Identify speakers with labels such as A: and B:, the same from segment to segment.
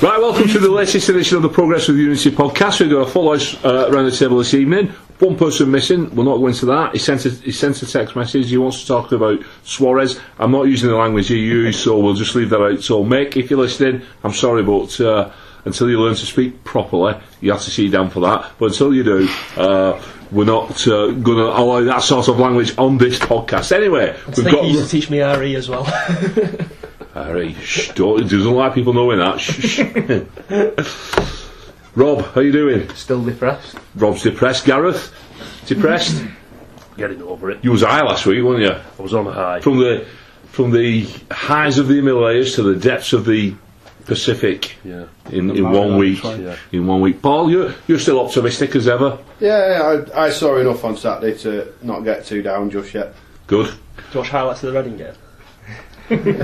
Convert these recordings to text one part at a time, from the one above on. A: Right, welcome to the latest edition of the Progress with Unity podcast. We've got a full house uh, around the table this evening. One person missing, we'll not go into that. He sent, a, he sent a text message, he wants to talk about Suarez. I'm not using the language you use, so we'll just leave that out. So, Mick, if you're listening, I'm sorry, but uh, until you learn to speak properly, you have to sit down for that. But until you do, uh, we're not uh, going to allow that sort of language on this podcast. Anyway,
B: I think he used to teach me RE as well.
A: Harry, shh, don't, doesn't like people knowing that. Shh, shh. Rob, how you doing?
C: Still depressed.
A: Rob's depressed. Gareth, depressed.
D: Getting over it.
A: you was high last week, weren't you?
D: I was on a high.
A: From the from the highs of the Himalayas to the depths of the Pacific
D: Yeah.
A: in, in one week.
D: Yeah.
A: In one week, Paul, you you're still optimistic as ever.
E: Yeah, I, I saw enough on Saturday to not get too down just yet.
A: Good.
B: Do you watch highlights of the Reading game?
A: Greg,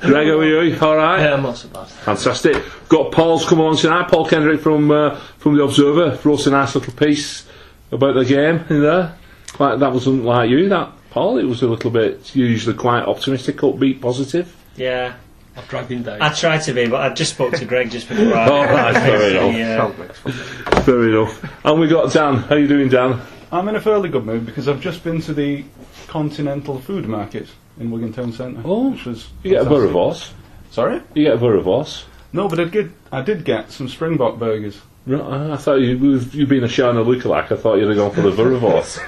A: how are you? All right.
B: Yeah, I'm not so bad.
A: Fantastic. Got Paul's come along tonight. Paul Kendrick from uh, from the Observer wrote a nice little piece about the game in there. Like that wasn't like you, that Paul. It was a little bit. You're usually quite optimistic, upbeat, positive.
F: Yeah,
B: I've dragged him down. Oh,
F: I tried to be, but I just spoke to Greg just before. I- uh,
A: All right, fair enough.
F: Yeah.
A: Fair enough. And we got Dan. How you doing, Dan?
G: I'm in a fairly good mood because I've just been to the Continental Food Market in Wigan Town Centre.
A: Oh,
G: which was
A: You get a
G: fantastic.
A: Burrivos.
G: Sorry?
A: You get a Burrivos.
G: No, but I did. I did get some Springbok burgers.
A: Right, ah, I thought you with you being a Shana lookalike. I thought you'd have gone for the Burrivos.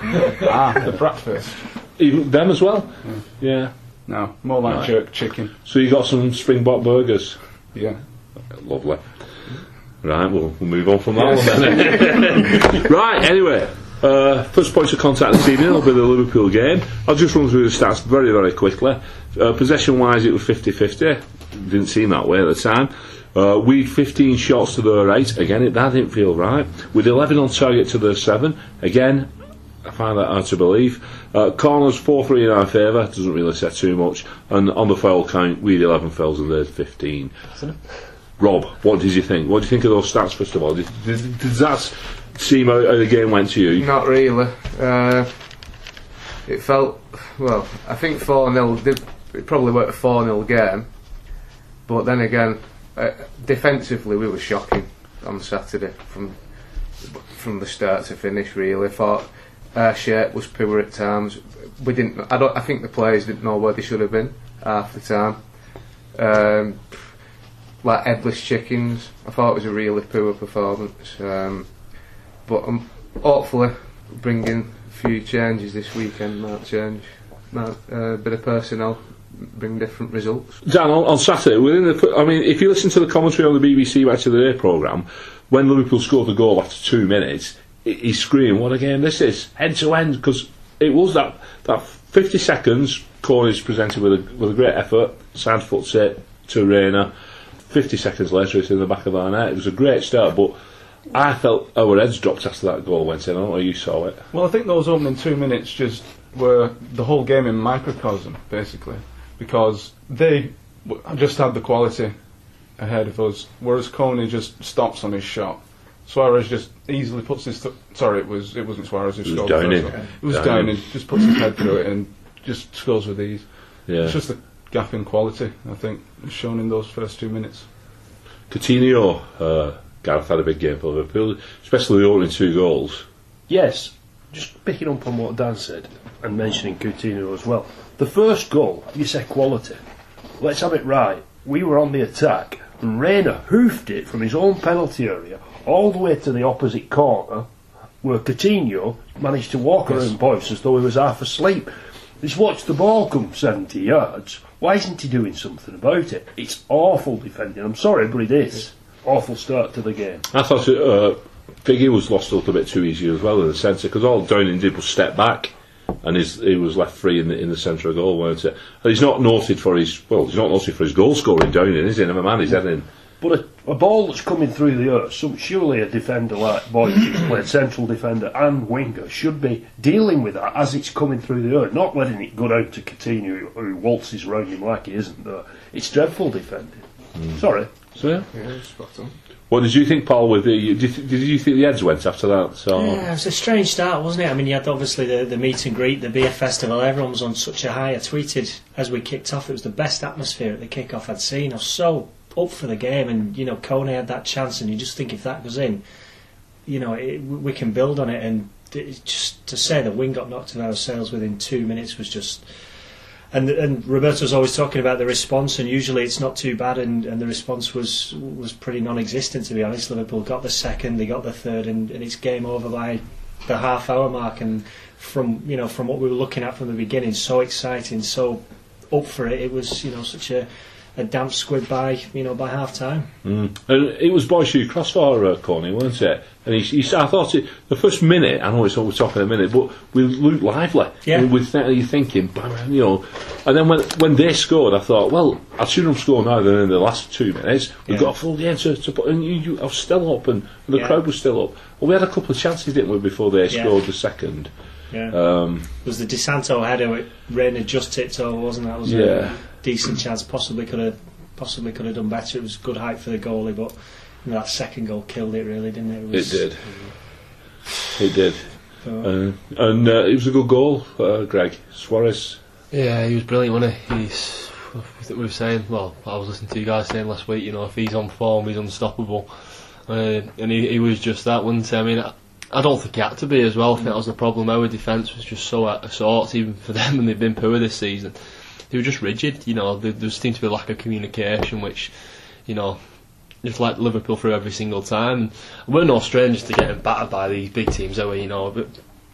G: ah, the breakfast.
A: Even them as well. Yeah.
G: No, more like
A: Right.
G: jerk chicken.
A: So you got some Springbok burgers.
G: Yeah.
A: Lovely. Right, we'll, we'll move on from that one then. right, anyway, uh, first point of contact this evening will be the Liverpool game. I'll just run through the stats very, very quickly. Uh, possession wise, it was 50 50. Didn't seem that way at the time. Uh, we'd 15 shots to their 8. Again, it, that didn't feel right. With 11 on target to their 7. Again, I find that hard to believe. Uh, corners 4 3 in our favour, doesn't really say too much. And on the foul count, we'd 11 fouls and theirs 15. Rob, what did you think? What do you think of those stats, first of all? Did, did, did that seem how, how the game went to you?
C: Not really. Uh, it felt well. I think four 0 It probably weren't a four 0 game, but then again, uh, defensively we were shocking on Saturday from from the start to finish. Really, I thought our shape was poor at times. We didn't. I don't. I think the players didn't know where they should have been half the time. Um, like headless chickens. I thought it was a really poor performance. Um, but um, I'm hopefully bringing a few changes this weekend. Might change, might uh, bit of personnel, bring different results.
A: Dan, on, on Saturday, within the, I mean, if you listen to the commentary on the BBC Match of the Day programme, when Liverpool scored the goal after two minutes, he- he's screaming, what a game this is, end to end, because it was that, that 50 seconds, Corney's presented with a, with a great effort, side foot set to Rayner, 50 seconds later it's in the back of our net. It was a great start, but I felt our heads dropped after that goal went in. I don't know how you saw it.
G: Well, I think those opening two minutes just were the whole game in microcosm, basically, because they w- just had the quality ahead of us, whereas Coney just stops on his shot. Suarez just easily puts his. Th- sorry, it was it wasn't Suarez who
A: was
G: scored. the first
A: Downing.
G: one. It was
A: Downing.
G: Downing. Just puts his head through it and just scores with ease.
A: Yeah.
G: It's just the gap in quality, I think, shown in those first two minutes.
A: Coutinho, uh, Gareth had a big game for Liverpool, especially the opening two goals.
D: Yes, just picking up on what Dan said and mentioning Coutinho as well. The first goal, you said quality. Let's have it right. We were on the attack, and Rayner hoofed it from his own penalty area all the way to the opposite corner, where Coutinho managed to walk around Boyce as though he was half asleep. He's watched the ball come 70 yards. Why isn't he doing something about it? It's awful defending. I'm sorry, but it is. Awful start to the game.
A: I thought uh, Figgy was lost a little bit too easy as well in the centre because all Downing did was step back and his, he was left free in the, in the centre of goal, weren't it? And he's not noted for his well, he's not noted for his goal scoring Downing, is he? Never mind, he's heading.
D: But a, a ball that's coming through the earth, some, surely a defender like Boyd, who's played central defender and winger, should be dealing with that as it's coming through the earth, not letting it go down to Coutinho, who, who waltzes round him like he isn't there. It's dreadful defending. Sorry.
A: So yeah.
C: Yeah, spot on.
A: What did you think, Paul? With the did, did you think the heads went after that? So
F: Yeah, it was a strange start, wasn't it? I mean, you had obviously the, the meet and greet, the beer festival. Everyone was on such a high. I tweeted as we kicked off, it was the best atmosphere at the kick-off I'd seen. I was so up for the game, and you know Kone had that chance, and you just think if that goes in, you know it, we we can build on it. And it's just to say that Wing got knocked out of sales within two minutes was just. And and Roberto's always talking about the response, and usually it's not too bad, and, and the response was was pretty non-existent to be honest. Liverpool got the second, they got the third, and, and it's game over by the half-hour mark. And from you know from what we were looking at from the beginning, so exciting, so up for it. It was you know such a, a damp squid by you know by half time.
A: Mm. And it was Boyce who crossed our uh, corner, weren't it? And he, he, I thought it, the first minute, I know it's over top of the minute, but we looked lively.
F: Yeah.
A: And With that, you're thinking, bam, you know. And then when when they scored, I thought, well, I shouldn't have scored now. Then in the last two minutes, we've
F: Yeah.
A: got a full game to, to put. And you, you, I was still up, and, and the
F: Yeah.
A: crowd was still up. Well, we had a couple of chances, didn't we, before they
F: Yeah.
A: scored the second.
F: Yeah,
A: Um,
F: it was the DeSanto header? It Reina just tipped over, wasn't that? It was
A: Yeah.
F: a decent chance. Possibly could have possibly could have done better. It was good height for the goalie, but. you know, that second goal killed it, really, didn't it? It,
A: it
F: was,
A: did. It did.
F: uh,
A: Uh, and uh, it was a good goal, uh, Greg Suarez.
H: Yeah, he was brilliant, wasn't he? He's, we were saying, well, I was listening to you guys saying last week, you know, if he's on form, he's unstoppable. Uh, and he, he was just that, wasn't he? I mean, I, I don't think he had to be as well. I think that was the problem. Our defence was just so out of sorts, even for them, and they've been poor this season. They were just rigid, you know, there, there seemed to be a lack of communication, which, you know, just let Liverpool through every single time. And we're no strangers to getting battered by these big teams, are we, you know, but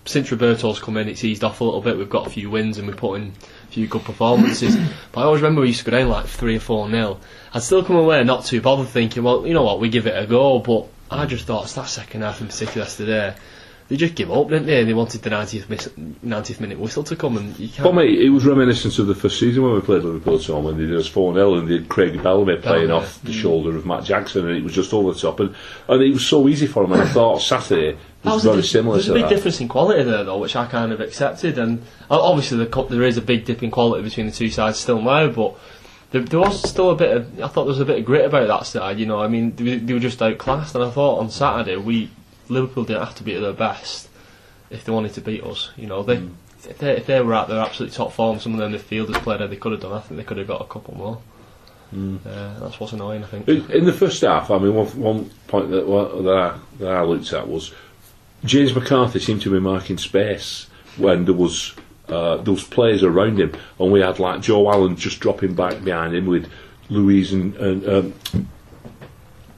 H: since Roberto's come in, it's eased off a little bit. We've got a few wins and we put in a few good performances. but I always remember we used to go down like 3 or 4 nil. I'd still come away not too bothered thinking, well, you know what, we give it a go. But I just thought, it's that second half in particular today. They just give up, didn't they? They wanted the 90th, mis- 90th minute whistle to come and you
A: For
H: can't.
A: me, it was reminiscent of the first season when we played Liverpool at home when they did us 4 0 and they had Craig Bellamy playing
H: Bellamy,
A: off the shoulder of Matt Jackson and it was just over the top. And, and it was so easy for him. And I thought Saturday
H: That
A: was
H: a
A: very
H: di-
A: similar
H: There's
A: to
H: a big
A: that.
H: difference in quality there, though, which I kind of accepted. And uh, obviously, the, co- there is a big dip in quality between the two sides still now, but there, there was still a bit of. I thought there was a bit of grit about that side. You know, I mean, they, were- they were just outclassed, and I thought on Saturday we Liverpool didn't have to be at their best if they wanted to beat us. You know,
A: Mm.
H: they. If they, if they were at their absolute top form, some of their midfielders played how they could have done. I think they could have got a couple more.
A: Mm.
H: Uh, that's what's annoying, I think.
A: In, in the first half, I mean, one, one point that, well, that, I, that I looked at was James McCarthy seemed to be marking space when there was uh, there was players around him, and we had like Joe Allen just dropping back behind him with Louise and, and um,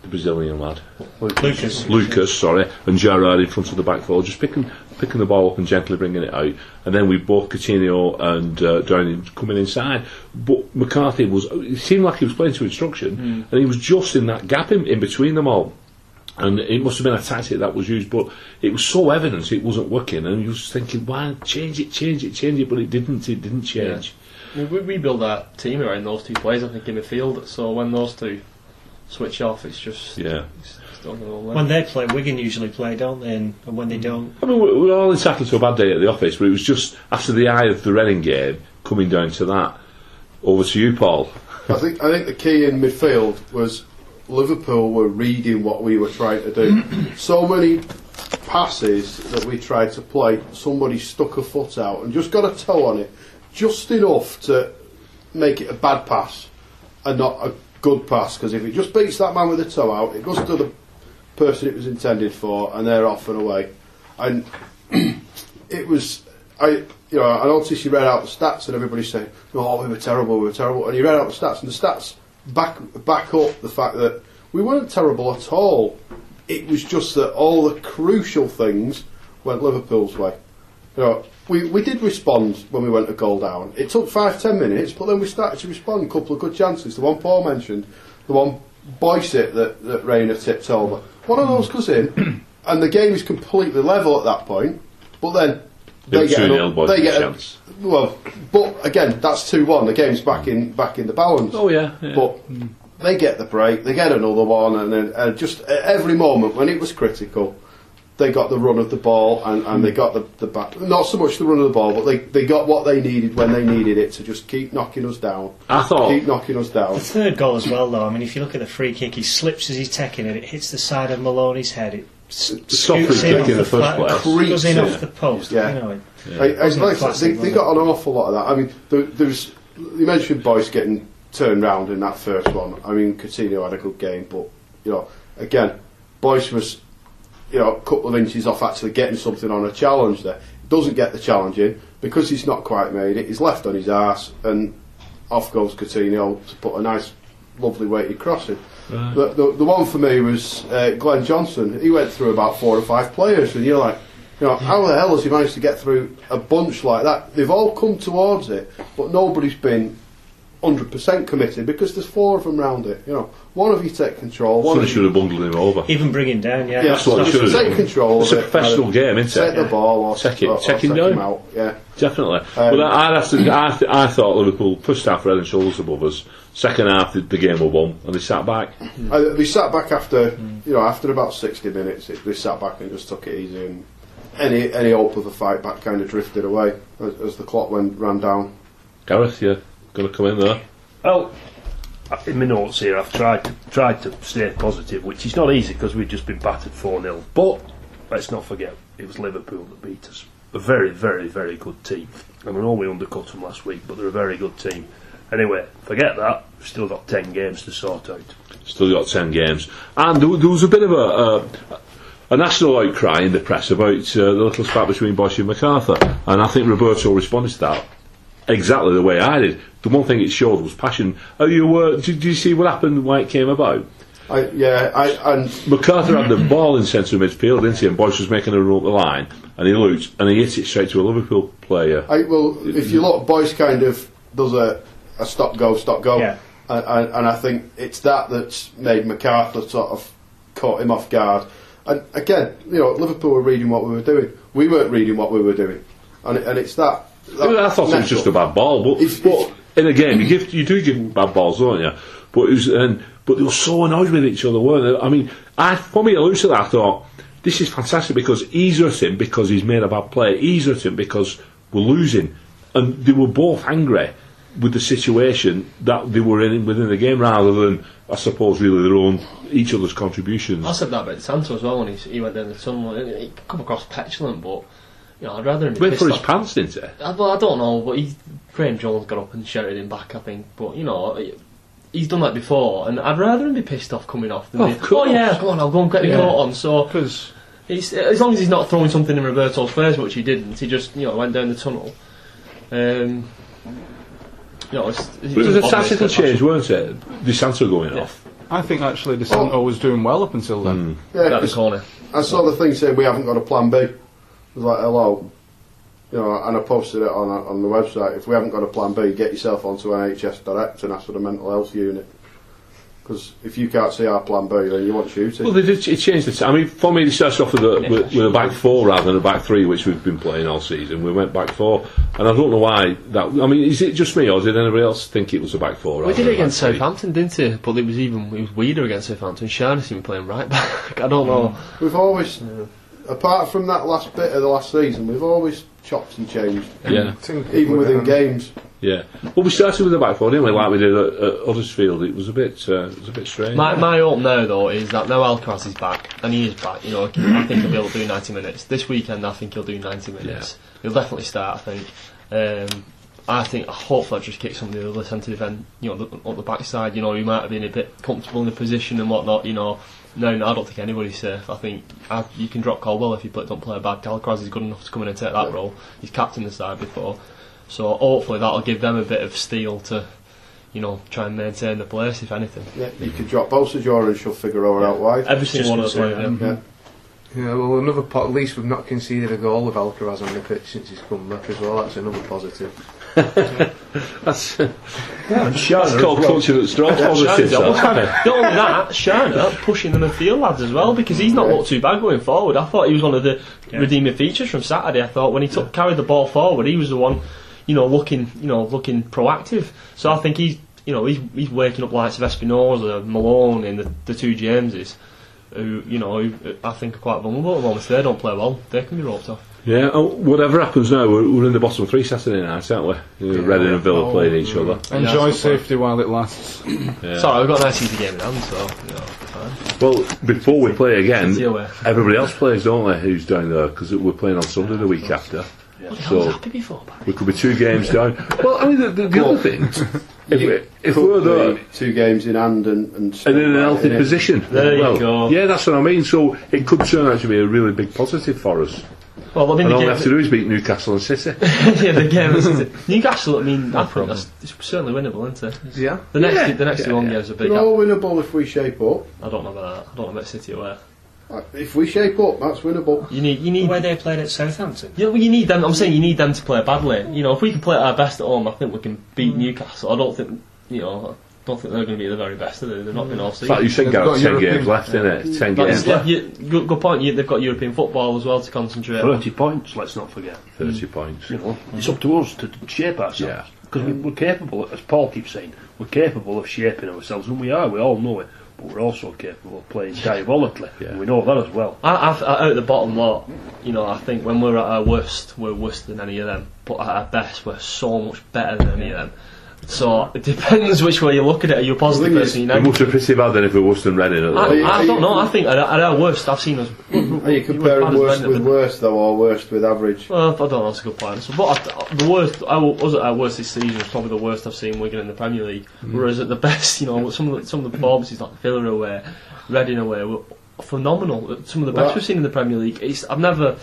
A: the Brazilian lad.
F: Lucas.
A: Lucas, sorry, and Gerrard in front of the back four, just picking picking the ball up and gently bringing it out. And then we both Coutinho and uh, Downing coming inside. But McCarthy was it seemed like he was playing to instruction, and he was just in that gap in, in between them all. And it must have been a tactic that was used, but it was so evident it wasn't working, and you was thinking, "Why change it, change it, change it?" But it didn't. It didn't change.
H: We, we, we build our team around those two players, I think, in midfield. So when those two switch off, it's just.
A: Yeah.
H: It's, it's not gonna work.
F: When they play, Wigan usually play, don't they? And, and when they don't,
A: I mean, we're, we're all entitled to a bad day at the office, but it was just after the eye of the Reading game coming down to that. Over to you, Paul.
E: I think I think the key in midfield was Liverpool were reading what we were trying to do. so many passes that we tried to play, somebody stuck a foot out and just got a toe on it, just enough to make it a bad pass and not a good pass. Because if it just beats that man with a toe out, it goes to the person it was intended for, and they're off and away. And it was I you know I noticed you read out the stats and everybody saying oh we were terrible we were terrible and you read out the stats and the stats back back up the fact that we weren't terrible at all it was just that all the crucial things went Liverpool's way you know we, we did respond when we went a goal down it took five ten minutes but then we started to respond a couple of good chances the one Paul mentioned the one Boyce it that, that Rayner tipped over one of those goes in and the game is completely level at that point but then
A: They
E: they
A: were
E: get,
A: 2-0 by
E: an, they
A: the
E: get a,
A: chance.
E: well, but again, that's two one. The game's back in back in the balance.
A: Oh, yeah, yeah.
E: But they get the break, they get another one, and then and just at every moment when it was critical, they got the run of the ball and, and they got the, the back. Not so much the run of the ball, but they, they got what they needed when they needed it to just keep knocking us down.
A: I thought-
E: keep knocking us down.
F: The third goal as well, though. I mean, if you look at the free kick, he slips as he's taking it. It hits the side of Maloney's head. It s-
A: soft
F: scoots in
A: free kick
F: off
A: in the first
F: flat-
A: place.
F: Goes in
E: Creeps
F: off the post.
E: Yeah.
F: You know, it,
E: I, I,
F: Wasn't
E: like,
F: classic,
E: they, they
F: was
E: got an awful lot of that. I mean, there, there's you mentioned Boyce getting turned round in that first one. I mean, Coutinho had a good game, but you know, again, Boyce was you know a couple of inches off actually getting something on a challenge there. Doesn't get the challenge in because he's not quite made it. He's left on his arse, and off goes Coutinho to put a nice, lovely weighted crossing. The, the, the one for me was uh, Glenn Johnson. He went through about four or five players, and you're like, you know, how the hell has he managed to get through a bunch like that? They've all come towards it, but nobody's been 100% committed because there's four of them round it. You know, one of you take control. One
A: One
E: of
A: should
E: you,
A: have bundled him over.
F: Even bring him down, yeah.
E: yeah,
A: that's what
E: so
A: he should have
E: take
A: done.
E: control.
A: It's
E: of
A: a
E: it,
A: professional
E: and
A: game, isn't
E: Take
A: it?
E: uh, the ball or
A: Take it-
E: or- or
A: take him down.
E: him out. Yeah.
A: Definitely.
E: Um,
A: well, I, I, have to, I, th- I thought Liverpool pushed half head and shoulders above us. Second half, the, the game were won, and they sat back.
E: Uh, they sat back after you know after about 60 minutes. It, they sat back and just took it easy, and any any hope of a fight back kind of drifted away as, as the clock went ran down.
A: Gareth, you're going to come in there.
D: Well, I- in my notes here, I've tried to, tried to stay positive, which is not easy because we've just been battered 4 0. But let's not forget, it was Liverpool that beat us. A very, very, very good team. And I know we undercut them last week, but they're a very good team. Anyway, forget that. We've still got 10 games to sort out.
A: Still got 10 games. And there, there was a bit of a, uh, a national outcry in the press about uh, the little spat between Bosch and MacArthur. And I think Roberto responded to that exactly the way I did. The one thing it showed was passion. Oh, you were, did, did you see what happened, why it came about?
E: I, yeah, I and
A: MacArthur had the ball in centre midfield, didn't he? And Boyce was making a run up the line, and he looked and he hit it straight to a Liverpool player.
E: I well, if you look, Boyce kind of does a, a stop go, stop go,
F: Yeah.
E: and, and, and I think it's that that's made MacArthur sort of caught him off guard. And again, you know, Liverpool were reading what we were doing. We weren't reading what we were doing, and it- and it's that. that
A: I thought it was
E: mess
A: just
E: up.
A: a bad ball, but,
E: It's-
A: but
E: it's-
A: in a game, you give you do give bad balls, don't you? But it was, and, but they were so annoyed with each other, weren't they? I mean, I for me, I looked at that, I thought this is fantastic because he's hurting because he's made a bad play. He's hurting because we're losing, and they were both angry with the situation that they were in within the game, rather than I suppose really their own each other's contributions.
H: I said that about Santos as well when he, he went down the tunnel. He he come across petulant, but you know, I'd rather him be
A: Went
H: pissed
A: for his
H: off-
A: pants, didn't he?
H: I, well, I don't know, but he, Graham Jones got up and shouted him back, I think. But, you know, he- he's done that before, and I'd rather him be pissed off coming off than
A: Of
H: be, oh,
A: course.
H: yeah, come on, I'll go and get the
G: Yeah.
H: coat on. So,
G: Because
H: he's, as long as he's not throwing something in Roberto's face, which he didn't, he just, you know, went down the tunnel. Um, you know, it's, it's
A: It was a
H: obvious
A: tactical
H: that-
A: change, weren't it? DeSanto going off.
G: I think actually DeSanto was doing well up until
A: Hmm.
G: then.
E: Yeah,
H: Out the corner.
E: I saw the thing saying we haven't got a plan B. I was like, hello. You know, and I posted it on on the website. If we haven't got a plan B, get yourself onto NHS Direct and ask for the mental health unit. Because if you can't see our plan B, then you want shooting.
A: Well, they did ch- it changed the. T- I mean, for me, they started off with a, with, with a back four rather than a back three, which we've been playing all season. We went back four, and I don't know why that. I mean, is it just me or did anybody else think it was a back four?
H: We
A: rather
H: did
A: than
H: it
A: a
H: against
A: back three?
H: Southampton, didn't he? But it was even it was weirder against Southampton. Shaughnessy was playing right back. I don't know.
E: we've always, apart from that last bit of the last season, we've always chopped and changed,
A: Yeah,
E: even within games.
A: yeah. Well, we started with a back four, didn't we? Like we did at, at Huddersfield. It was a bit. Uh, it was a bit strange.
H: My, my hope now though is that now Alcaraz is back and he is back. You know, I think he'll be able to do ninety minutes this weekend. I think he'll do ninety minutes. He'll definitely start. I think. Um, I think hopefully I just kick some of the other centre defend. You know, the, on the backside. You know, he might have been a bit comfortable in the position and whatnot. You know. No, no, I don't think anybody's safe. I think I, you can drop Caldwell if you play, don't play a bad. Alcaraz is good enough to come in and take that role. He's captained the side before, so hopefully that'll give them a bit of steel to, you know, try and maintain the place if anything.
E: Yeah, you could drop Bolsajor and shove Figueroa out wide.
H: Every single
B: Just
H: one of those.
B: gonna say
H: players,
B: that.
H: yeah.
C: Yeah, well, another po- at least we've not conceded a goal with Alcaraz on the pitch since he's come back as well. That's another positive.
A: That's,
D: And Sharon
A: that's called culture that's strong. positive,
H: Shana's
A: that.
H: Not only that, Shana pushing the midfield lads as well because he's not looked too bad going forward. I thought he was one of the redeeming features from Saturday. I thought when he took carried the ball forward, he was the one, you know, looking, you know, looking proactive. So I think he's, you know, he's he's waking up likes of Espinosa, Malone, and the, the two Jameses, who you know, who I think are quite vulnerable at the moment. If they don't play well, they can be roped off.
A: Yeah, oh, whatever happens now, we're, we're in the bottom three Saturday night, aren't we? You know, Reading and Villa playing each other.
G: Enjoy
H: that's the point.
G: safety while it lasts.
A: Yeah.
H: Sorry, we've got a nice easy game in hand, so you know, fine.
A: Well, before we play again,
H: City away.
A: everybody else plays, don't they, who's down there? Because we're playing on Sunday the week after.
H: Bloody hell, I was
A: So
H: happy before. Barry.
A: we could be two games down. Well, I mean, the, the, the other thing, if, we, if we're there
E: two games in hand and, and,
A: and in a healthy
E: Yeah.
A: position,
B: There you
A: well,
B: go.
A: Yeah, that's what I mean. So it could turn out to be a really big positive for us.
B: Well, I mean,
A: And all we
B: the
A: have to
B: game,
A: do is beat Newcastle and City.
B: yeah, the game is Newcastle. I mean, I think that's it's certainly winnable, isn't it? It's-
C: Yeah.
H: The next, the next two home games are big.
E: We're
H: I,
E: all winnable if we shape up.
H: I don't know about that. I don't know about City away.
E: Uh, If we shape up, that's winnable.
H: You need, you
F: The
H: need,
F: way they played at Southampton.
H: yeah, well, you need them. I'm saying you need them to play badly. You know, if we can play at our best at home, I think we can beat Newcastle. I don't think, you know, I don't think they're going to be the very best. Are they? They've not been all
A: In
H: season.
A: fact, you said
G: They've
A: Gareth,
G: got
A: ten
G: European-
A: games left, innit? Ten
H: But
A: games
H: yeah,
A: left.
H: you- good, good point. You, they've got European football as well to concentrate. on.
D: 30 points, let's not forget.
A: Thirty points.
D: You know, it's up to us to shape
A: Yeah.
D: ourselves. Because we're capable, as Paul keeps saying, we're capable of shaping ourselves, and we are, we all know it. But we're also capable of playing diabolically,
A: Yeah.
D: and we know that as well.
H: I, I, I, out the bottom lot, you know, I think when we're at our worst, we're worse than any of them. But at our best, we're so much better than any of them. So it depends which way you look at it. Are you a positive
E: The thing
H: person? You
A: It
H: know?
A: must be pretty bad then if we was than Reading at the
E: Ah.
H: I,
A: moment.
H: I don't know. I think at, at our worst, I've seen us.
E: Are you
H: bad
E: comparing
H: as
E: worst
H: Brendan,
E: with
H: but-
E: worst, though, or worst with average?
H: Well, I don't know. That's a good point. So, but I, the worst, I was at our worst this season. Was probably the worst I've seen Wigan in the Premier League.
E: Mm.
H: Whereas at the best, you know, some of the, some of the performances like Villa away, Reading away were phenomenal. Some of the best
E: Well,
H: we've seen in the Premier League. It's, I've never.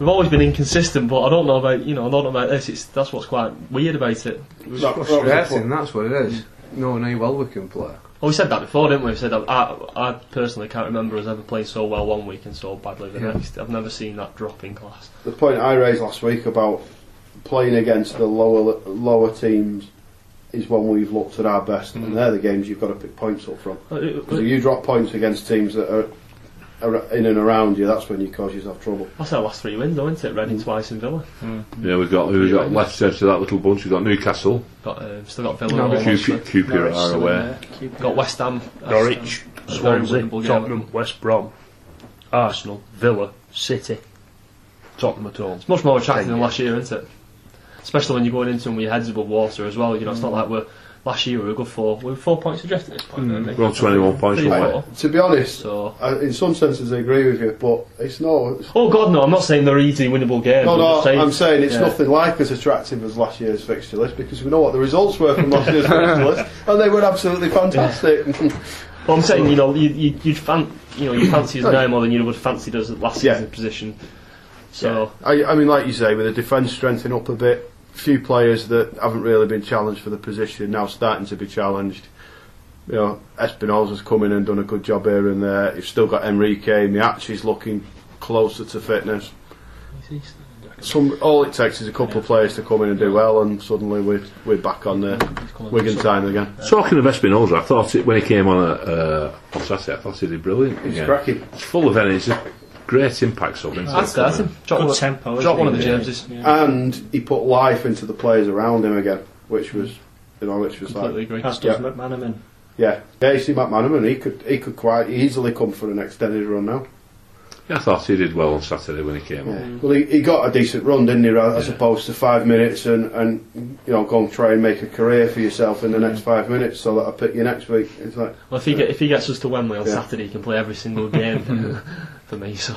H: We've always been inconsistent, but I don't know about you know. I don't know about this. It's that's what's quite weird about it.
E: That- that was the
C: Frustrating,
E: point. Mm.
C: that's what it is. No, no, well we can play.
H: Well, we said that before, didn't we? We said I, I, I personally can't remember us ever playing so well one week and so badly the
C: Yeah.
H: next. I've never seen that drop in class.
E: The point I raised last week about playing against the lower lower teams is when we've looked at our best,
H: Hmm.
E: and they're the games you've got to pick points up from.
H: Uh, it-
E: 'Cause if you drop points against teams that are, are in and around you, that's when you cause yourself trouble.
H: That's our last three wins, though, isn't it?
E: Mm.
H: Reading twice and Villa.
A: Yeah, we've got who we got left said to that little bunch. We've got Newcastle,
H: Got um, still got Villa.
C: No,
H: at
C: but
H: home,
A: Q-
H: obviously.
A: Q- QPR are away.
H: Got West Ham.
D: Norwich,
H: That's a very
D: Swansea,
H: winnable game.
D: Tottenham, West Brom, Arsenal, Villa, City, Tottenham at home.
H: It's much more attractive than
D: Yeah.
H: last year, isn't it? Especially when you're going into them with your heads above water as well. You know, it's not
E: Mm.
H: like we're last year we were good for we were four points adrift at this point. weren't we?
A: We're on 21 points
H: Three,
A: away.
H: four.
E: To be honest,
H: So,
E: I, in some senses I agree with you, but it's not.
H: oh god, no! I'm not saying they're easy winnable games.
E: No,
H: I'm
E: no,
H: just saying,
E: I'm saying it's
H: yeah.
E: nothing like as attractive as last year's fixture list because we know what the results were from last year's fixture list, and they were absolutely fantastic.
H: Well, I'm saying you know you you you'd fan, you know you fancy us now more than you would fancy us at last
E: Yeah.
H: season's position. So
E: I, I mean, like you say, with the defence strengthening up a bit, few players that haven't really been challenged for the position now starting to be challenged. You know, Espinal's come in and done a good job here and there. You've still got Enrique, Miachi's looking closer to fitness. Some, all it takes is a couple of players to come in and do well, and suddenly we're, we're back on the Wigan time again.
A: Talking of Espinosa, I thought it when he came on uh, on Saturday, I thought he did brilliant. Yeah.
E: cracking.
A: It's full of energy, great impact. So isn't
H: I'd
A: it?
H: start him. Drop
F: Good
H: one,
F: tempo.
H: drop one of the
F: isn't it?
H: Jameses.
E: and he put life into the players around him again, which was you know which was
H: Completely
E: like
H: agree.
F: As does
E: Yeah.
F: McManaman.
E: yeah, yeah. You see McManaman, he could he could quite easily come for an extended run now.
A: Yeah, I thought he did well on Saturday when he came on.
E: Well, he, he got a decent run, didn't he? ra- As opposed to five minutes and and you know go and try and make a career for yourself in the
A: Mm.
E: next five minutes, so that I pick you next week. It's like
H: Well, if he get, if he gets us to Wembley on
E: Yeah.
H: Saturday, he can play every single game for me. So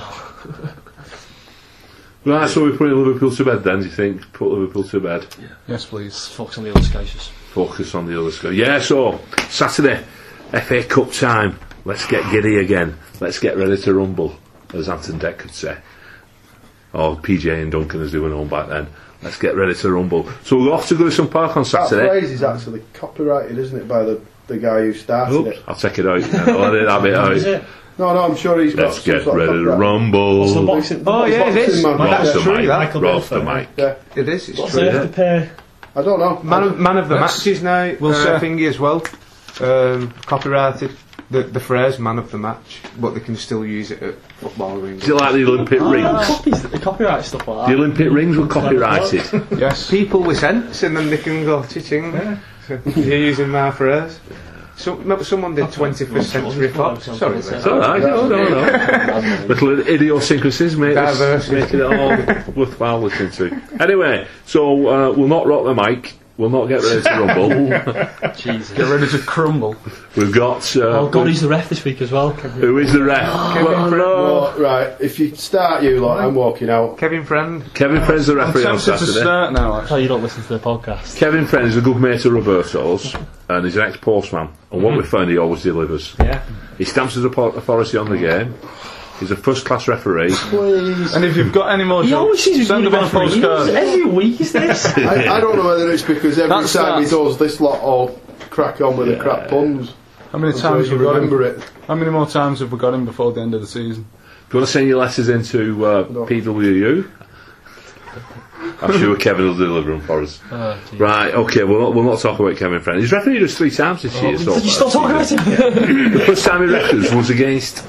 A: Right, so we're putting Liverpool to bed then. Do you think put Liverpool to bed?
G: Yes, please.
H: let's focus on the other Scousers.
A: Focus on the other score. Yeah, so Saturday, FA Cup time. Let's get giddy again. Let's get ready to rumble, as Anton Deck could say. Or PJ and Duncan is doing home back then. Let's get ready to rumble. So we're off to Goodison Park on
E: that
A: Saturday.
E: phrase is actually copyrighted, isn't it, by the the guy who started
A: Oops,
E: it?
A: I'll take it out. then. I'll edit that bit
F: Is
A: out.
F: it?
E: No, no, I'm sure he's got
A: Let's
E: some
A: get
E: sort
A: ready
E: of
A: to
E: copyright.
A: rumble.
F: So boxing,
E: Oh,
F: boxing-
E: yeah, it is.
F: boxing man.
E: Right,
A: Ross
E: that's
A: the
E: true,
A: mic.
E: that.
F: Michael
A: Ross the
F: Belfer.
A: mic.
E: Yeah,
C: It is, it's
F: What's
C: true.
F: they have to pay?
E: I don't know.
C: Man of, man of the
G: That's-
C: matches now,
G: Well,
C: uh,
G: sir.
C: thingy as well. Um, copyrighted the, the phrase man of the match, but they can still use it at football rings.
A: Do you like the Olympic rings?
H: Copies, the copyright stuff like
A: The
H: that.
A: Olympic rings were copyrighted.
G: Yes.
C: people with sense, and then they can go chitting. So you're using my phrase. So, no, someone did 21st century fox. Sorry,
H: Sorry,
C: mate.
A: It's all right, no, no, no. Little idiosyncrasies make, this,
C: Diversity.
A: make it all worthwhile listening to. Anyway, so uh, we'll not rock the mic. We'll not get ready to rumble.
H: Jesus.
G: Get ready to crumble.
A: We've got. Uh,
F: Oh God, he's the ref this week as well.
A: who is the ref? Well, no.
G: Oh.
E: Well, right, if you start, you lot, I'm walking out.
C: Kevin Friend.
A: Kevin Friend's the
G: I'm
A: referee on
G: tempted to
A: Saturday.
G: start now,
H: Oh,
G: actually.
H: you don't listen to the podcast.
A: Kevin Friend is a good mate of Roberto's, and he's an ex-postman. And what we found, he always delivers.
F: Mm-hmm. Yeah.
A: He stamps his apo- authority on the game. He's a first-class referee.
G: And if you've got any more
F: He always
G: jokes,
F: sees his
G: send
F: good
G: them on a
F: referee. He knows
G: postcard.
F: Every week is this.
E: I, I don't know whether it's because every
G: That's
E: time he
G: that.
E: does, this lot all crack on with the crap puns.
G: How many
E: So
G: times
E: you
G: have we got him?
E: remember it.
G: How many more times have we got him before the end of the season?
A: If you want to send your letters into uh, PWU, I'm sure Kevin will deliver them for us.
H: Oh, Jesus.
A: Right, okay, we'll not, we'll not talk about Kevin Friend. He's refereed us three times this year. So
F: Oh, Did you stop
A: far.
F: talking about him?
A: The first time he refereed us was against.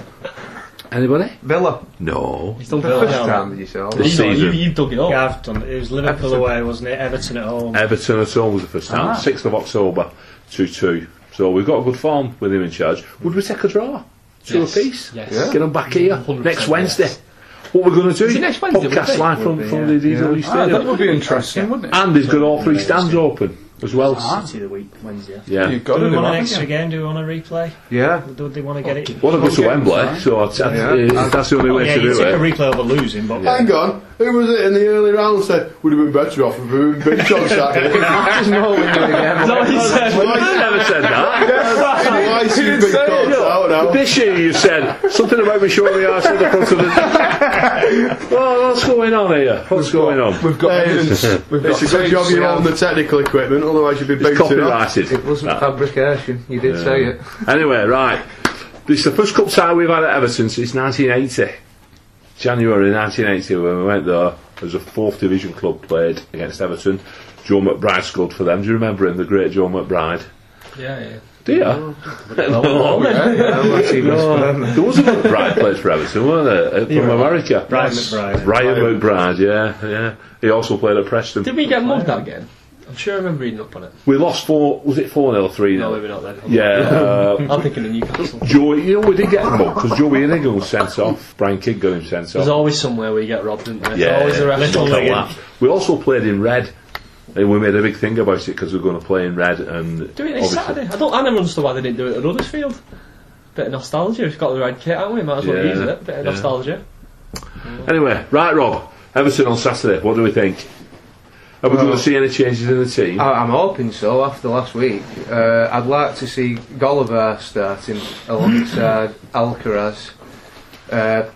A: Anybody?
C: Villa.
A: No.
H: He's done
C: First
H: well.
C: time did you saw.
A: This
H: You, you,
A: season.
H: you dug it up.
F: yeah, I've done it. It was Liverpool
C: Everton.
F: away, wasn't it? Everton at home.
A: Everton at home was the first
H: Ah.
A: time. 6th of October, 2 2. So we've got a good form with him in charge. Would we take a draw? Two
H: Yes.
A: apiece?
H: Yes.
A: Get them back here
H: 100%
A: next
H: yes.
A: Wednesday. What we're going to do?
H: Is it next Wednesday, would
A: Podcast
H: it?
A: live from,
C: Would be,
A: from
C: yeah.
A: the DW
G: Ah,
A: Stadium.
G: that would be interesting, wouldn't it? Ah.
A: And he's got all three stands open as well.
F: City the week Wednesday.
A: Yeah.
G: You've got
F: Do
G: to
F: we
G: do
F: want an
G: that,
F: extra
G: haven't you?
F: game? Do we want a replay?
C: Yeah.
F: Do they want to get it?
A: Want to go to Wembley, so I'd, I'd-
G: Ah.
C: Yeah.
A: that's the only way
H: Oh,
F: yeah,
A: to
F: you
A: do
F: take a
A: it.
F: replay over losing, but
E: Hang on, who was it in the early round said, would have been better off if we'd been benched on Saturday?
C: There's no window again.
F: No, he said-
A: I never said that.
E: Why has he been caught out now?
A: This year you said something about me showing my arse at the front of the. well, what's going on here? What's going on?
G: We've got
E: Hey,
G: evidence. We've got
E: It's a good job
G: tapes,
E: you
G: yeah.
E: own the technical equipment, otherwise you'd be
A: It's
E: booted off.
A: copyrighted.
C: It wasn't
A: Nah.
C: fabrication. You did say it.
A: Anyway, right. This is the first cup tie we've had at Everton since 1980. January 1980, when we went there, there was a fourth division club played against Everton. Joe McBride scored for them. Do you remember him, the great Joe McBride?
H: Yeah, yeah.
A: Do you? No. No. There was a McBride played for Everton, weren't there? Uh, From America.
F: Brian McBride.
A: Brian McBride, yeah, yeah. He also played at Preston.
H: Did we get mugged that game? I'm sure I remember reading up on it.
A: We lost four. Was it four 0 three
H: No,
A: 0
H: maybe not then.
A: Yeah. Uh,
H: I'm thinking of Newcastle.
A: Joey, you know we did get him up because Joey Innigan was sent off. Brian Kidd got him sent
H: There's
A: off.
H: always somewhere where you get robbed, isn't there? There's
A: Yeah,
H: always a ref.
A: Don't tell
F: Ligon.
A: that. We also played in red. And we made a big thing about it because we are going to play in red and
H: Do it next
A: obviously-
H: Saturday. I don't. I never understood why they didn't do it at Huddersfield. Bit of nostalgia. We've got the red kit, haven't we? Might as well
A: Yeah,
H: use it. Bit of
A: yeah.
H: nostalgia.
A: Anyway, right, Rob. Everton on Saturday. What do we think? Are we going to see any changes in the team?
C: I, I'm hoping so after last week. Uh, I'd like to see Gulliver starting alongside Alcaraz. Uh,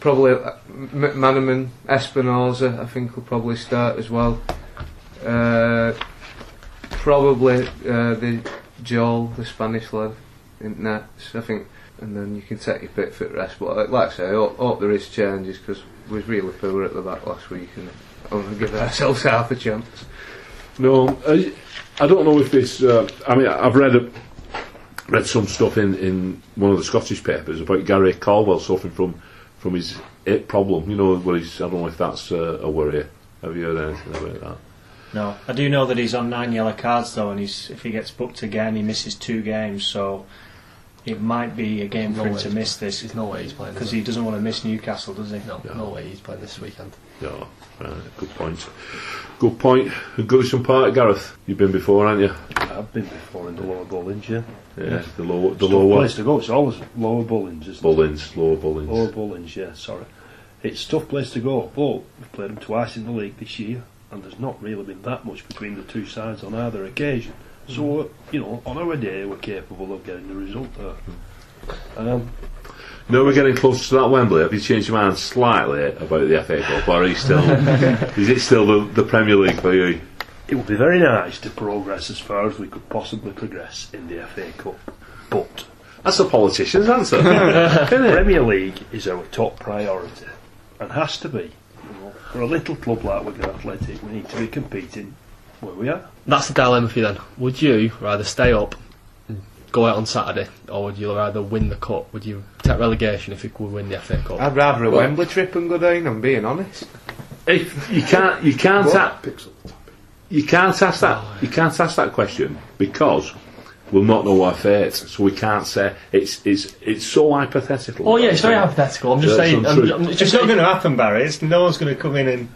C: probably uh, M- Manaman, Espinosa, I think, will probably start as well. Uh, probably uh, the Joel, the Spanish lad, in nets, I think. And then you can take your pick for the rest. But like- like I say, I hope, hope there is changes because we really poor at the back last week and I want to give ourselves half a chance.
A: No, I, I don't know if this. Uh, I mean, I've read a, read some stuff in, in one of the Scottish papers about Gary Caldwell suffering from from his hip problem. You know, where he's. I don't know if that's uh, a worry. Have you heard anything about that?
F: No, I do know that he's on nine yellow cards though, and he's if he gets booked again, he misses two games. So it might be a game for him to miss this
H: There's no way he's playing.
F: because
H: Because
F: he doesn't want to miss Newcastle, does he?
H: no, no way he's playing this weekend.
A: No. Right, uh, good point. Good point. And Goodison Park, Gareth. You've been before, haven't you?
D: I've been before in the lower bullings, yeah.
A: Yeah. The lower,
D: It's
A: the
D: a tough
A: lower
D: place to go. It's always lower bullings, isn't it?
A: bullings, lower bullings.
D: Lower bullings, yeah, sorry. It's a tough place to go, but we've played them twice in the league this year, and there's not really been that much between the two sides on either occasion.
A: Mm.
D: So, you know, on our day, we're capable of getting the result there.
A: Mm.
D: Um,
A: No, we're getting close to that Wembley. Have you changed your mind slightly about the FA Cup, or are you still? is it still the, the Premier League for you?
D: It would be very nice to progress as far as we could possibly progress in the FA Cup. But
A: That's a politician's answer, isn't it?
D: Premier League is our top priority and has to be. You know, we're a little club like Wigan Athletic. We need to be competing where we are.
H: That's the dilemma for you then. Would you rather stay up, and go out on Saturday, or would you rather win the cup? Would you take relegation if you could win the FA Cup?
C: I'd rather a Wembley trip and go down, I'm being honest.
A: If you can't, you can't, a- you can't ask that. You can't ask that question because we'll not know our fate, so we can't say it's it's it's so hypothetical.
H: oh yeah, Oh, it's very hypothetical. I'm just
A: Yeah,
H: saying.
A: it's
H: I'm,
A: untrue.
H: I'm
F: It's
H: just
F: not
H: saying.
F: going to happen, Barry. It's, no one's going to come in and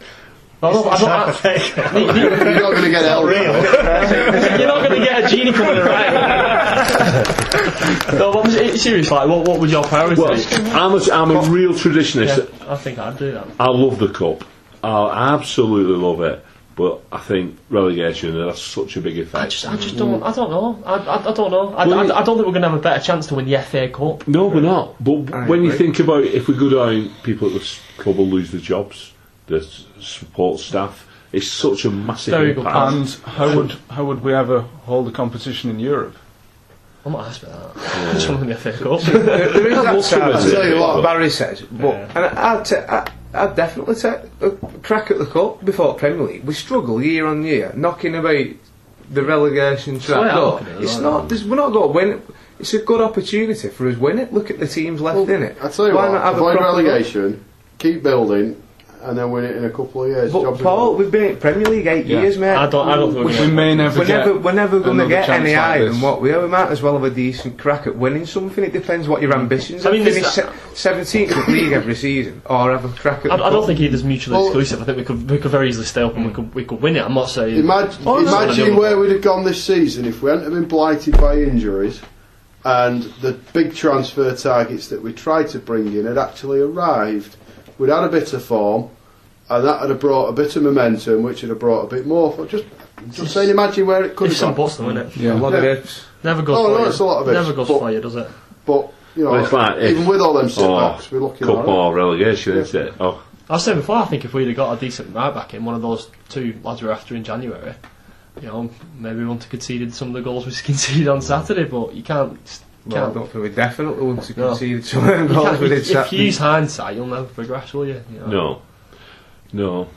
H: I don't, I don't,
E: You're not going to get El Rio.
H: You're not going to get a genie coming around. no, what was it? Seriously, like, what, what would your priority
A: Well,
H: be?
A: I'm a, I'm a real traditionalist.
B: I think I'd do that.
A: I love the cup. I absolutely love it. But I think relegation that's such a big
H: I
A: effect.
H: just, I just don't, I don't know. I, I, I don't know. I, I, I don't think we're going to have a better chance to win the FA Cup.
A: No, we're not. But
C: I
A: when you
C: agree.
A: think about if we go down, people at the s- club will lose their jobs, the s- support staff. It's such a massive
H: Very good
A: impact.
G: And how would how would we ever hold a competition in Europe?
H: I'm not asked about that. I just want to win the FA Cup.
C: There, there is
A: Well,
C: that
A: some
C: chance,
A: is it,
E: tell you
C: what
E: what.
C: Barry says, but and I, I'd, ta- I, I'd definitely take a crack at the cup before Premier League. We struggle year on year, knocking about the relegation track.
H: way I
C: door.
H: look at it,
C: it's
H: right?
C: not. There's, we're not going to win. it. It's a good opportunity for us. Win it. Look at the teams left in it.
E: I tell you
C: Why
E: what,
C: not have a
E: avoid
C: proper look?
E: relegation, keep building, and then win it in a couple of years.
C: But
E: Jobs are
C: Paul,
E: done.
C: we've been at Premier League eight
G: Yeah.
C: years, mate.
B: I don't. I don't think we're
G: We
B: gonna-
G: may never
C: We're
G: get
C: never, we're never going to
G: another
C: get
G: chance
C: any
G: like
C: higher
G: this.
C: than what we are. We might as well have a decent crack at winning something. It depends what your ambitions
B: I
C: are.
B: mean,
C: Finish
B: there's
C: se- 17th in the league every season, or have a crack at
H: I,
C: the
H: I
C: cup.
H: don't think either's mutually
E: Well-
H: exclusive. I think we could, we could very easily stay up and we could, we could win it. I'm not saying.
E: Imagine,
H: Oh, no.
E: imagine where we'd have gone this season if we hadn't have been blighted by injuries and the big transfer targets that we tried to bring in had actually arrived. We'd had a bit of form and that would have brought a bit of momentum, which would have brought a bit more. But just, just saying, imagine where it could
B: It's some
E: have gone.
B: bots, though, isn't it?
C: A
G: Yeah.
C: lot of ifs.
H: Never goes
E: Oh,
H: for
E: no,
H: you.
E: it's a lot of it.
H: Never goes
E: But-
H: for you, does it?
E: But, you know,
A: Well, it's like if-
E: even with all them
A: Oh,
E: setbacks, we're looking
A: cup
E: at
A: or relegation, is it? Oh,
H: I was saying before, I think if we'd have got a decent right back in, one of those two lads we were after in January, you know, maybe we wouldn't have conceded some of the goals we conceded on Saturday, but you can't.
C: Well, I
H: can't
C: don't think we definitely want to
H: No.
C: concede some of them
H: you
C: goals
H: can't
C: we
H: if,
C: did
H: if you
C: Saturday.
H: use hindsight, you'll never progress, will you? you know?
A: no. No.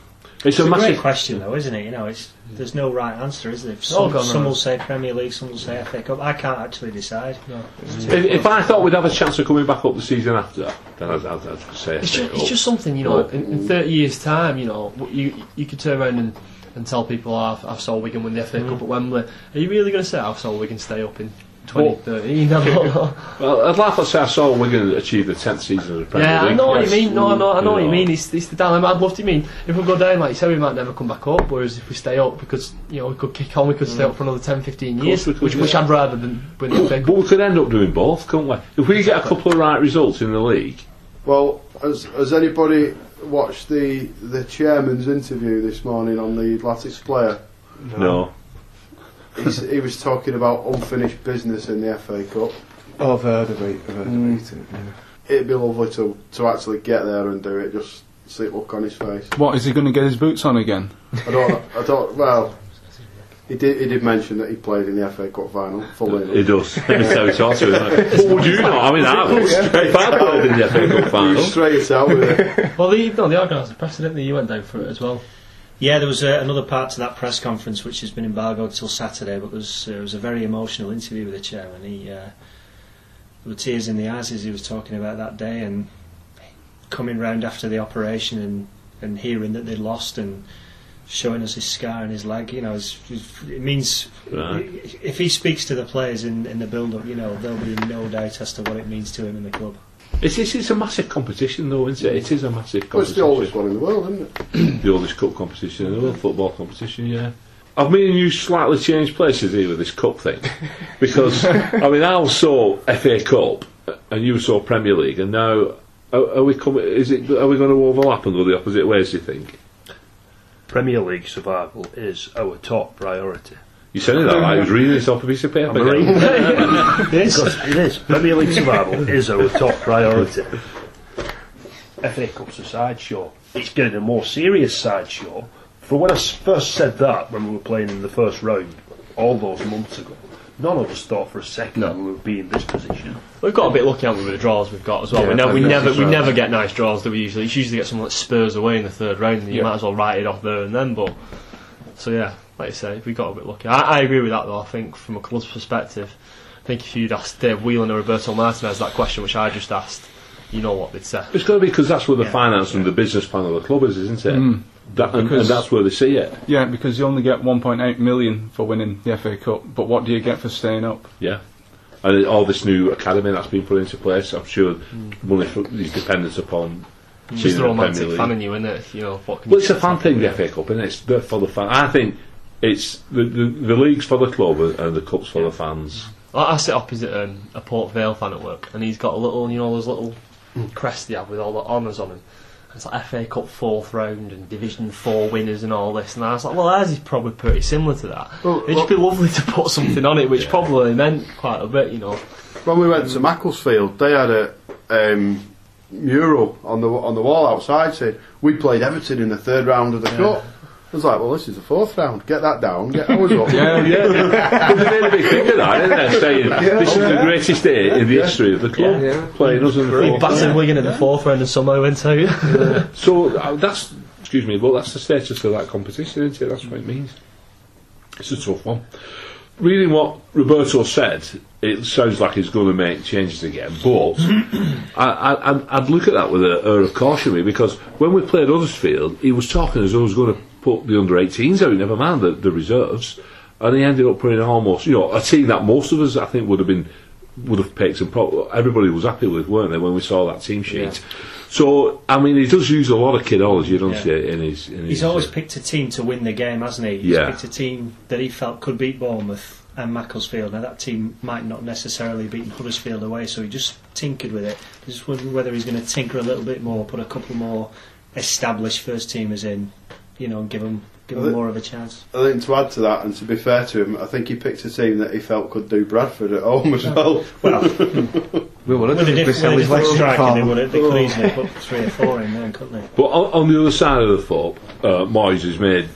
F: It's
A: It's, a
F: a great
A: massive.
F: question, though, isn't it? You know, it's there's no right answer, is there?
H: all
F: Some,
H: gone
F: some
H: wrong.
F: will say Premier League, some will say FA Cup. I can't actually decide.
A: If, if I thought we'd have a chance of coming back up the season after, then I'd, I'd, I'd say
H: It's just,
A: FA Cup.
H: it's just something, you know, in, in 30 years' time, you know, what you you could turn around and, and tell people, oh, I've, I've saw Wigan win the FA Cup at Wembley. Are you really going to say, I've saw Wigan stay up in 2030? You never know.
A: Well, I'd laugh to say I saw Wigan achieve the 10th season of the Premier
H: Yeah,
A: League.
H: I know what
A: Yes.
H: you mean. No, I know, I know what you
A: Yeah.
H: mean. It's, it's the dilemma. I'd love to mean if we go down, like you said, we might never come back up. Whereas if we stay up, because you know we could kick on, we could stay up for another 10, 15 years,
A: Mm. we could,
H: which, which
A: yeah.
H: I'd rather than win the
A: But,
H: big.
A: but we could end up doing both, couldn't we? If we get a couple of right results in the league,
E: Well, has, has anybody watched the, the chairman's interview this morning on the Latics player?
A: no.
E: He's, he was talking about unfinished business in the FA Cup.
C: Oh, I've heard of it. I've heard of it.
E: It'd be lovely to, to actually get there and do it. Just see it look on his face.
G: What is he going to get his boots on again?
E: I don't. I don't. Well, he did. He did mention that he played in the FA Cup final. Funnily
A: It
E: enough.
A: does. Let me tell you, it's hard to, isn't it? What would you not? I mean, I would. If I played in the FA Cup
E: He
A: final,
E: was straight out with it.
H: Well, the, no, the organisers pressed it, didn't they? You went down for it as well.
F: Yeah, there was uh, another part to that press conference which has been embargoed till Saturday, but there was, uh, it was a very emotional interview with the chairman. He, uh, there were tears in the eyes as he was talking about that day and coming round after the operation and, and hearing that they'd lost and showing us his scar and his leg. You know, it's, it means
A: Right.
F: if he speaks to the players in, in the build-up, you know, there'll be no doubt as to what it means to him in the club.
A: it's, it's, it's a massive competition, though, isn't it? It is a massive
E: Well, it's
A: competition.
E: the oldest one in the world, isn't it?
A: the oldest cup competition in the world, football competition, yeah. I've me and you slightly changed places here with this cup thing. Because, I mean, I was so FA Cup and you were so Premier League, and now are, are we coming, is it, are we going to overlap and go the opposite ways, do you think?
D: Premier League survival is our top priority.
A: You said it that right, I was reading this off a piece of paper.
D: Marine.
A: again.
D: Because it is. Premier League survival is our top priority. FA Cup's a sideshow. It's getting a more serious sideshow. For when I s- first said that, when we were playing in the first round, all those months ago, none of us thought for a second we would be in this position.
H: We've got a bit lucky, haven't we, with the draws we've got as well.
C: Yeah,
H: we never, we
C: I've
H: never,
C: noticed
H: we
C: that.
H: never get nice draws. Do we usually? It's usually get someone like Spurs away in the third round, and you might as well write it off there and then. But so yeah, like you say, we got a bit lucky. I, I agree with that though. I think from a club's perspective, I think if you'd asked Dave Whelan or Roberto Martinez that question, which I just asked, you know what they'd say.
A: It's got to be because that's where the finance and the business plan of the club is, isn't it? That, and, and
G: Because-
A: that's where they see it.
G: Yeah, because you only get 1.8 million for winning the FA Cup, but what do you get for staying up?
A: Yeah. And it- all this new academy that's been put into place, I'm sure money for, is dependent upon
H: It's
A: Being
H: just a
A: in the
H: romantic
A: Premier
H: fan
A: League.
H: in you, isn't it? You know, what can
A: Well,
H: you
A: it's a
H: say?
A: fan thing, the FA Cup, and it's the- for the fan. I think it's the, the the league's for the club and the cup's for the fans.
H: I, I sit opposite um, a Port Vale fan at work, and he's got a little, you know, those little crests they have with all the honours on them. And It's like FA Cup fourth round and Division Four winners and all this, and I was like, well, ours is probably pretty similar to that.
E: Well,
H: It'd just be lovely to put something on it, which probably meant quite a bit, you know.
E: When we went to Macclesfield, they had a um, mural on the on the wall outside saying we played Everton in the third round of the cup. I was like, well, this is the fourth round. Get that down. Get ours up.
A: Yeah, yeah. they made a big thing of that, didn't they? Saying this is the greatest day in the history of the club.
C: Yeah.
A: Playing us in the
H: We
A: fourth
H: battered Wigan in the fourth round and somehow went out.
A: So uh, that's excuse me, but that's the status of that competition, isn't it? That's what it means. It's a tough one. Reading what Roberto said, it sounds like he's going to make changes again. But I, I, I'd- I'd look at that with an air of caution, really, because when we played Huddersfield, he was talking as though he was going to put the under 18s out, never mind the, the reserves, and he ended up putting almost, you know, a team that most of us, I think, would have been would have picked and pro- everybody was happy with, weren't they, when we saw that team sheet? So, I mean, he does use a lot of kidology, don't
F: Yeah.
A: you, in his. In
F: He's
A: his,
F: always
A: uh,
F: picked a team to win the game, hasn't he? He's
A: Yeah.
F: picked a team that he felt could beat Bournemouth and Macclesfield. Now that team might not necessarily beat Huddersfield away, so he just tinkered with it. Just wondering whether he's going to tinker a little bit more, put a couple more established first teamers in, you know, and give them give
E: Well,
F: 'em
E: the-
F: more of a chance.
E: I think to add to that, and to be fair to him, I think he picked a team that he felt could do Bradford at home as well.
F: Well,
C: We would
F: with a
C: have
F: diff-
C: if we
F: with
C: sell
F: a
C: his
F: different
C: legs
F: striker, they
C: farm.
F: would have,
H: Oh.
F: they could easily put three or four in there, couldn't they?
A: But on, on the other side of the thought, uh, Moyes has made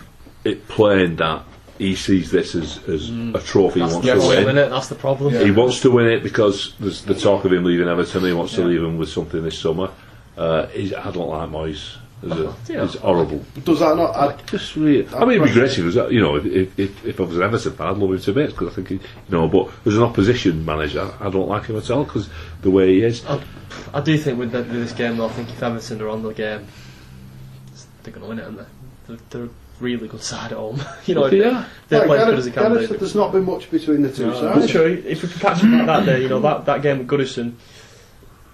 A: it plain that he sees this as, as a trophy he
H: Mm. That's the
A: wants to
H: problem,
A: win.
H: innit? That's the problem.
A: He wants to win it because there's the talk of him leaving Everton. He wants to leave him with something this summer. Uh, he's, I don't like Moyes. He's, a, he's horrible.
E: Does that not add
A: Just really, I mean, it'd be great if, it was, you know, if, if, if, if I was an Everton fan, I'd love him to bits because I think, he, you know, but as an opposition manager, I don't like him at all because the way he is.
H: I do think with, the, with this game, though, I think if Everton are on the game, they're going to win it, aren't they? They're, they're a really good side at home. you know, if
A: Yeah.
H: they're
E: Like,
H: playing as good
E: Gareth-
H: as they can.
E: Gareth,
H: do.
E: there's not been much between the two
H: That's
E: sides.
H: true. If we can catch them like that, there, you know that, that game with Goodison. uh,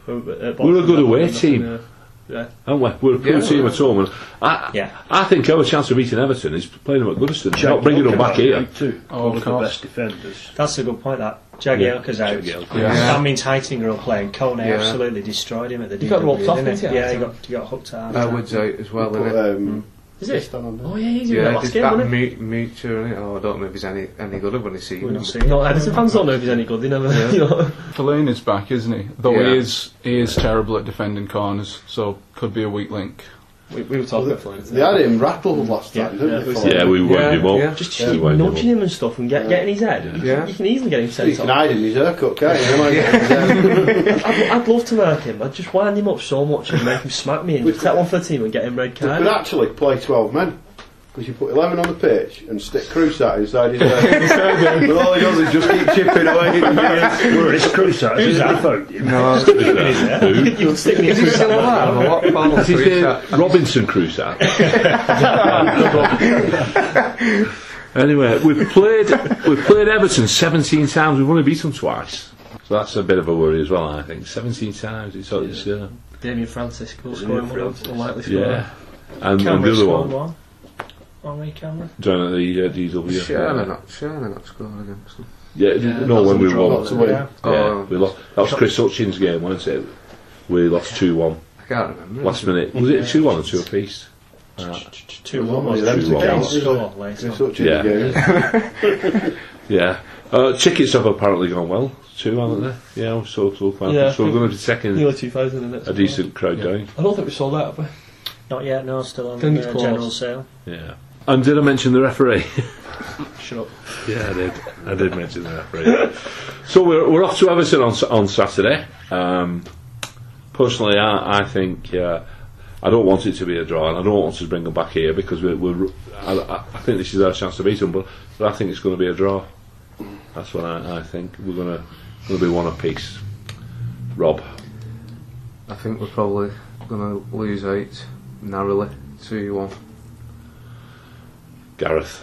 H: We're
A: We're a good away team.
H: Yeah.
A: aren't we? We're a poor
C: Yeah.
A: team at home. And I,
F: Yeah.
A: I think our chance of beating Everton is playing them at Goodison, not bringing them back here.
D: Too. One
G: Oh, of
D: of the
G: course.
D: best defenders.
F: That's a good point. That Jagielka's out. That means Heitinger will play, and Kone
C: Yeah.
F: absolutely destroyed him at the
H: He got
F: DW,
H: roped off,
F: didn't
H: didn't he,
F: Yeah, he
H: after?
F: got, he got hooked at half time.
C: Edwards out as well,
E: But,
C: innit?
E: um,
H: Is it?
E: stand on there.
H: Oh yeah, he's in
C: Yeah,
H: the
C: did
H: last game,
C: that
H: wasn't
C: mu- Mucha, innit? Oh, I don't know if he's any, any good when he's
F: We're
C: seen.
F: not
C: him.
H: he?
F: seeing
H: No,
F: it.
H: Everton fans don't know if he's any good. They never. You know.
G: Fellaini's back, isn't he? Though
C: Yeah.
G: he is he is terrible at defending corners, so could be a weak link.
H: We, we were talking about Flynn.
E: They had him rattled last time,
H: yeah,
E: didn't
H: we've
E: they?
A: Yeah, we wound
C: Yeah,
A: him up.
C: yeah.
H: Just
A: Yeah.
H: keep nudging him and stuff and get, get in his head. You,
C: Yeah.
H: you can easily get him
E: He
H: sent
E: can
H: off.
E: hide in his haircut, can't um, he?
H: I'd, I'd love to work him. I'd just wind him up so much and make him smack me and take one for the team and get him red
E: You could
H: card.
E: actually play 12 men. Because you put 11 on the pitch and stick Crusat inside his head. but all he does is just keep chipping away.
D: Well, it's Crusat. Is that found him?
C: No,
A: Who?
H: You can stick me in
C: he's
H: his
C: still alive. I want Paul
A: Is his name
C: Crusat.
A: Robinson Crusoe? anyway, we've played we've played Everton 17 times. We've only beat them twice. So that's a bit of a worry as well, I think. 17 times. It's, it's uh,
H: Damien Francis will score one. Unlikely scorer.
A: yeah. And, and the
F: Cameron
A: other
F: scored
A: one
F: one. Henri Cameron.
A: down at the uh, DW.
C: Sherman not, Sherman not scored against them.
A: Yeah, no, when we won.
E: Lots of win.
F: Yeah.
A: Yeah,
C: Oh.
A: we lost. That was Chris Hutchins' game, wasn't it? We lost two one
C: I can't remember.
A: last minute. Was it two one or two apiece?
F: Two
E: Well,
F: one was
E: them
F: it?
A: two
F: Didn't
A: one.
F: score later.
E: It's such a
A: Yeah.
E: game.
A: Yeah. Uh, tickets have apparently gone well too, haven't they? Yeah, so so far.
H: Yeah, I
A: so we're
H: think-
A: going to be second
H: Nearly 2,000 in it.
A: a decent crowd down.
H: I don't think we sold out, have we?
F: Not yet. No, still on
H: Think it's
F: uh,
H: close.
F: general sale.
A: Yeah. And did I mention the referee?
H: Shut up.
A: yeah, I did. I did mention the referee. so we're we're off to Everton on S- on Saturday. Um, personally, I I think. Uh, I don't want it to be a draw, and I don't want to bring them back here because we're. we're I, I- I think this is our chance to beat them, but, but I think it's going to be a draw. That's what I, I think. We're going to going to be one apiece. Rob,
C: I think we're probably going to lose eight narrowly. 2 1.
A: Gareth,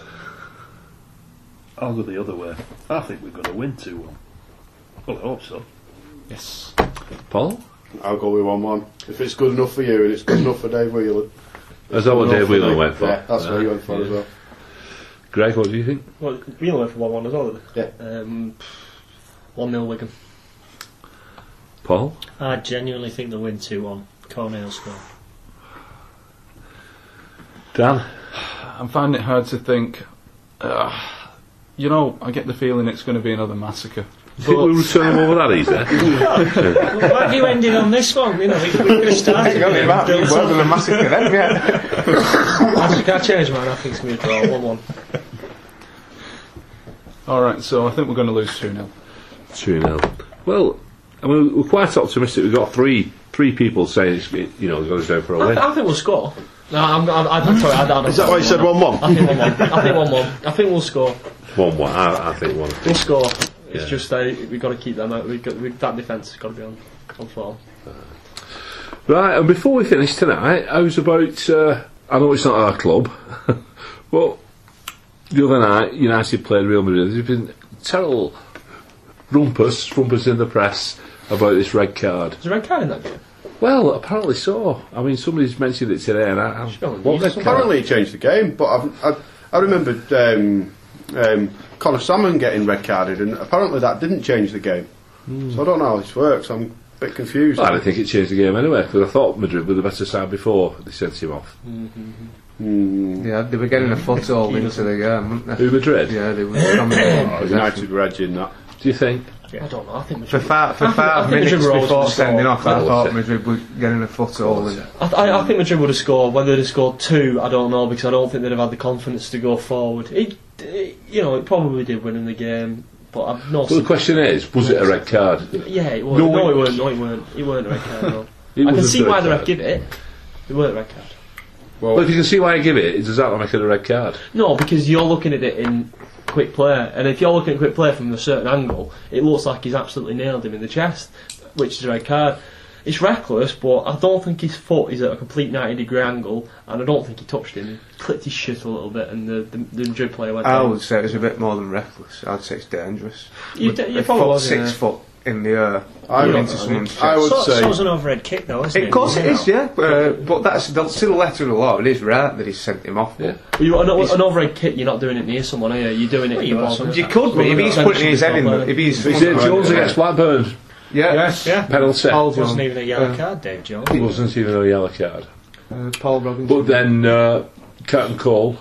D: I'll go the other way. I think we're going to win 2 1. Well, I hope so.
A: Paul.
E: I'll go with 1 1. If it's good enough for you and it's good enough for Dave Whelan.
A: Is that what
E: good enough
A: Dave Whelan
E: me.
A: went for?
E: Yeah, that's what he
A: Yeah.
E: went for as well.
A: Greg, what do you think?
H: Well, Real went for 1 1 as well,
E: Yeah.
H: didn't they? Um, 1 0 Wigan.
A: Paul?
F: I genuinely think they'll win 2 1. Cornell score.
A: Dan?
G: I'm finding it hard to think. Uh, you know, I get the feeling it's going to be another massacre.
A: You think we'll return him over that easy?
F: Well, Why have you ended on this one? You know, we, we could have started.
C: Got it
F: with
C: back.
F: Bill
C: You've
F: Tom.
C: weathered a massacre then, yeah.
H: I can't change mine, I think it's going to be a draw 1 1.
G: All right, so I think we're going to lose 2 0.
A: 2 0. Well, I mean, we're quite optimistic. We've got three three people saying, it's, it, you know, it's going to go for a
H: I,
A: win.
H: th- I think we'll score. No, I'm, I'm, I'm, sorry, I, I don't
I: Is that why you said 1 1?
H: I think 1 1. I think 1 1. I think we'll score.
A: 1 1. I, I think 1
H: We'll score.
A: Yeah.
H: It's just uh, we've got to keep them out. We've got, we that defence has got to be on, on form.
A: Right, and before we finish tonight, I was about. Uh, I know it's not our club, but the other night United played Real Madrid. There's been terrible rumpus, rumpus in the press about this red card.
H: Is there a red card in that game?
A: Well, apparently so. I mean, somebody's mentioned it today, and I, I
H: Surely
A: what
H: you
A: red
H: saw
A: card?
E: Apparently, he changed the game, but I've, I, I remembered um, um, Connor Salmon getting red carded, and apparently that didn't change the game. So I don't know how this works. I'm a bit confused.
A: Hmm. Well, I don't think it changed the game anyway because I thought Madrid were the better side before they sent him off.
E: Hmm.
C: Yeah, they were getting a foothold into the game, weren't
A: Who Madrid?
C: they? Yeah, they were dominating.
E: United were edging that.
A: Do you think?
H: I don't know. I think we
C: For,
H: should.
C: fi- for
H: I think- I
C: five
H: think
C: minutes
H: Madrid were always
C: before
H: gonna score.
C: sending off, I
A: Well,
C: thought
A: it's-
C: Madrid were getting a foothold. And
H: I, th- I, I think Madrid would have scored. Whether they'd have scored two, I don't know because I don't think they'd have had the confidence to go forward. It, it you know, it probably did win in the game, but I've not.
A: Well,
H: seen-
A: the question is, was it a red card?
H: yeah, it was.
A: No,
H: No,
A: it-
H: it weren't. No, it weren't. It weren't a red card. No.
A: It
H: I
A: was
H: can
A: a
H: see
A: red
H: why the
A: card.
H: ref give it. It weren't a red card.
A: Well, if you can see why I give it, does that not make it a red card?
H: No, because you're looking at it in quick play, and if you're looking at quick play from a certain angle, it looks like he's absolutely nailed him in the chest, which is a red card. It's reckless, but I don't think his foot is at a complete 90 degree angle, and I don't think he touched him. He clipped his shit a little bit, and the, the, the Madrid player went
C: I
H: down.
C: would say it was a bit more than reckless. I'd say it's dangerous.
H: You,
C: With
H: d- you
C: a
H: probably
C: foot-
H: was
C: six foot in the air.
E: I
C: going
E: would,
C: into someone's
E: I would
F: So,
E: say.
F: so it's an overhead kick, though, isn't it?
C: Of course it
F: You
C: is,
F: know?
C: yeah. Uh, but that's that's still the letter of the law. It is right that he sent him off.
A: Yeah.
H: You, an, an overhead kick, you're not doing it near someone, are you? You're doing it
F: Well,
H: in
F: you
H: the
F: are
H: ball.
F: sometimes.
C: You could be if he's putting his head in. The, if he's,
A: Is it Jones against Blackburn?
C: yeah,
G: Yes.
F: Yeah.
A: Penalty.
C: Paul
F: It wasn't
C: Jones,
F: even a yellow
C: Yeah.
F: card, Dave Jones.
A: It wasn't even a yellow card.
C: uh, Paul Robinson.
A: But then uh, Curtin Cole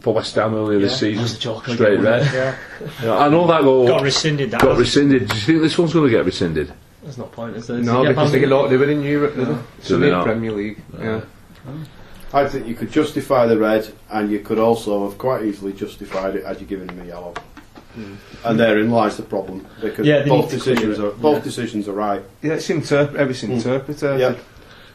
A: for West Ham earlier this
H: That was a
A: season,
H: joker
A: straight
H: again,
A: red.
F: Yeah.
A: You know, I know that goal
F: Got
A: got,
F: rescinded that. hasn't
A: rescinded. Do you think this one's going to get rescinded?
H: There's no point, is there?
C: no,
H: You get
C: because
H: banned.
C: they get a lot of doing in Europe. do they? It's
A: Do
C: in
A: they
C: the
A: not?
C: Premier League. Yeah.
E: I think you could justify the red, and you could also have quite easily justified it had you given him a yellow.
A: Hmm.
E: And therein lies the problem because
H: Yeah, they
E: both
H: need to clear
E: decisions
H: it.
E: are both
H: Yeah.
E: decisions are right.
C: Yeah, it's interp- everything's interpreted.
E: Yeah,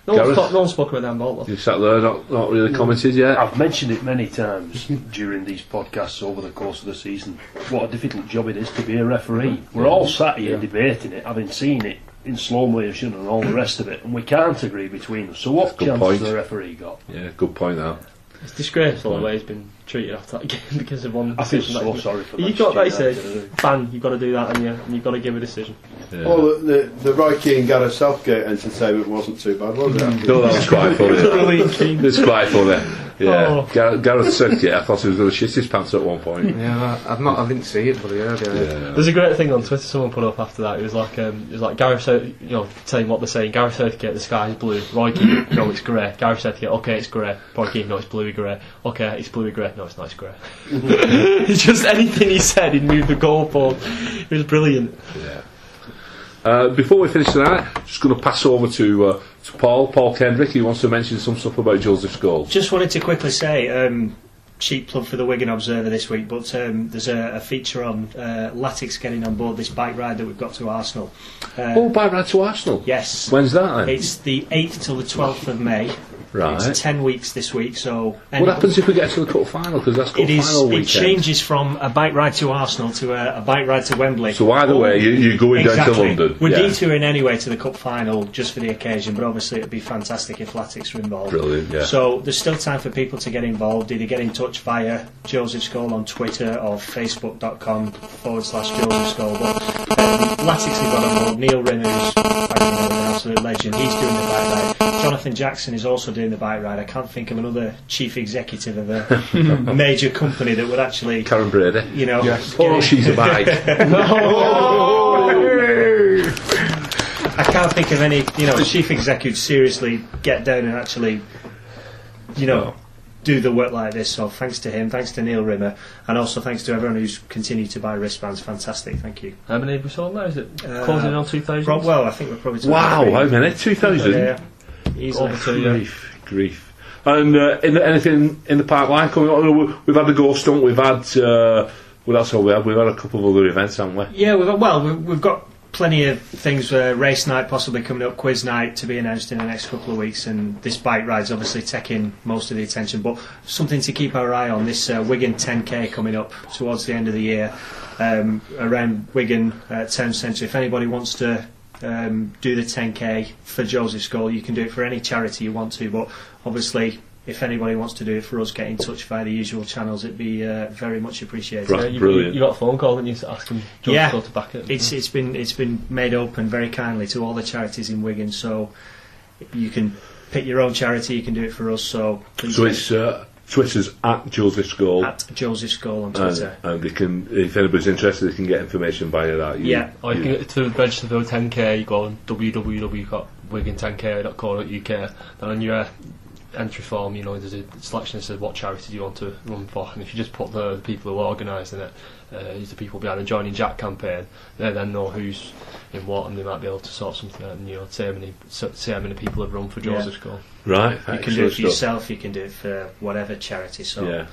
H: No one's,
A: Gareth.
H: talk, no one's spoken about Dan Bolt, though.
A: You sat there, not, not really commented
H: Oh.
A: yet.
D: I've mentioned it many times during these podcasts over the course of the season. What a difficult job it is to be a referee. We're all sat here debating it, having seen it in slow motion and all the rest of it, and we can't agree between us. So
A: That's
D: what
A: a good
D: chance
A: point.
D: has the referee got?
A: Yeah, good point that.
H: It's disgraceful the way he's been treated after that game because of one
D: I feel
H: decision that
D: so
H: he-
D: sorry for
H: You've got, like
D: Manchester
H: you
D: United.
H: say, bang, you've got to do that, and, yeah, and you've got to give a decision.
A: Yeah.
E: Well, the, the, the Roy Keane Gareth Southgate entertainment wasn't too bad, was it?
A: no, that was quite funny. It's quite funny. Yeah,
H: Oh.
A: Gar- Gareth said, "Yeah, I thought he was going to shit his pants at one point."
C: Yeah, that- I've not. I didn't see it, but I heard it.
A: Yeah.
H: There's a great thing on Twitter someone put up after that. It was like, um, it was like Gareth, South, you know, telling what they're saying. Gareth Southgate, the sky is blue. Roy Keane, no, it's grey. Gareth Southgate, okay, it's grey. Roy Keane, no, it's bluey grey. Okay, it's bluey grey. No, it's not, it's grey. it's just anything he said, he moved the goalpost. It was brilliant.
A: Uh, before we finish tonight, just going to pass over to uh, to Paul, Paul Kendrick. He wants to mention some stuff about Joseph Scholes.
F: Just wanted to quickly say, um, cheap plug for the Wigan Observer this week, but um, there's a, a feature on uh, Latics getting on board this bike ride that we've got to Arsenal. Uh,
A: Oh, by right to Arsenal.
F: Yes.
A: When's that then?
F: It's the 8th till the 12th of May.
A: Right.
F: It's 10 weeks this week, so.
A: What happens if we get to the cup final? Because that's cup
F: It is. It
A: final weekend.
F: changes from a bike ride to Arsenal to a, a bike ride to Wembley.
A: So either way, you, you're going
F: exactly.
A: down to London.
F: We're
A: yeah.
F: detouring anyway to the cup final just for the occasion, but obviously it'd be fantastic if Latics were involved.
A: Brilliant, yeah.
F: So there's still time for people to get involved. Either get in touch via Joseph Scholl on Twitter or facebook.com forward slash Joseph Scholl. But um, Latics have got on board. Neil Rimmer, who's back in the Wigan absolute legend. He's doing the bike ride. Jonathan Jackson is also doing the bike ride. I can't think of another chief executive of a major company that would actually,
A: Karen Brady.
F: you know,
A: Oh, she's a bag.
F: I can't think of any, you know, chief executive seriously get down and actually, you know, do the work like this. So thanks to him, thanks to Neil Rimmer, and also thanks to everyone who's continued to buy wristbands. Fantastic, thank you.
B: How many have we sold now? Is it
F: Uh,
B: closing in on 2,000?
F: Rob, well, I think we're probably talking
A: wow,
F: three.
A: how many? 2,000?
F: Yeah, easily.
B: Over two, yeah.
A: Grief, grief. And uh, in the, anything in the pipeline coming up? We- We've had the ghost hunt, we've had. Uh, what else have we had? We've had a couple of other events, haven't we?
F: Yeah, we've got, well, we- we've got plenty of things. Uh, race night possibly coming up, quiz night to be announced in the next couple of weeks, and this bike ride's obviously taking most of the attention. But something to keep our eye on this uh, Wigan 10k coming up towards the end of the year um, around Wigan uh, Town Centre. If anybody wants to. Um, do the 10k for Joseph's goal. You can do it for any charity you want to, but obviously, if anybody wants to do it for us, get in touch via the usual channels. It'd be uh, very much appreciated.
A: Right,
B: Yeah, you,
A: brilliant.
B: You, you got a phone call, didn't you, to ask him Joe
F: Yeah.
B: to go to back it?
F: It's it's been it's been made open very kindly to all the charities in Wigan, so you can pick your own charity. You can do it for us. So please
A: So it's uh, Twitter's at Joseph's Goal.
F: at Joseph's goal on
A: And,
F: Twitter.
A: and they can, if anybody's interested, they can get information via that. You-
F: Yeah.
H: Or you can get to register for 10k, you go on www.wigan10k.co.uk, then on your entry form, you know, there's a selection that says what charity do you want to run for, and if you just put the, the people who are organising it, uh, these are the people behind the Joining Jack campaign, they then know who's in what, and they might be able to sort something out, and you know, see how many, so- see how many people have run for
F: Yeah.
H: Joseph's goal.
A: Right,
F: You can do it for yourself. You can do it for whatever charity. So
A: Yeah,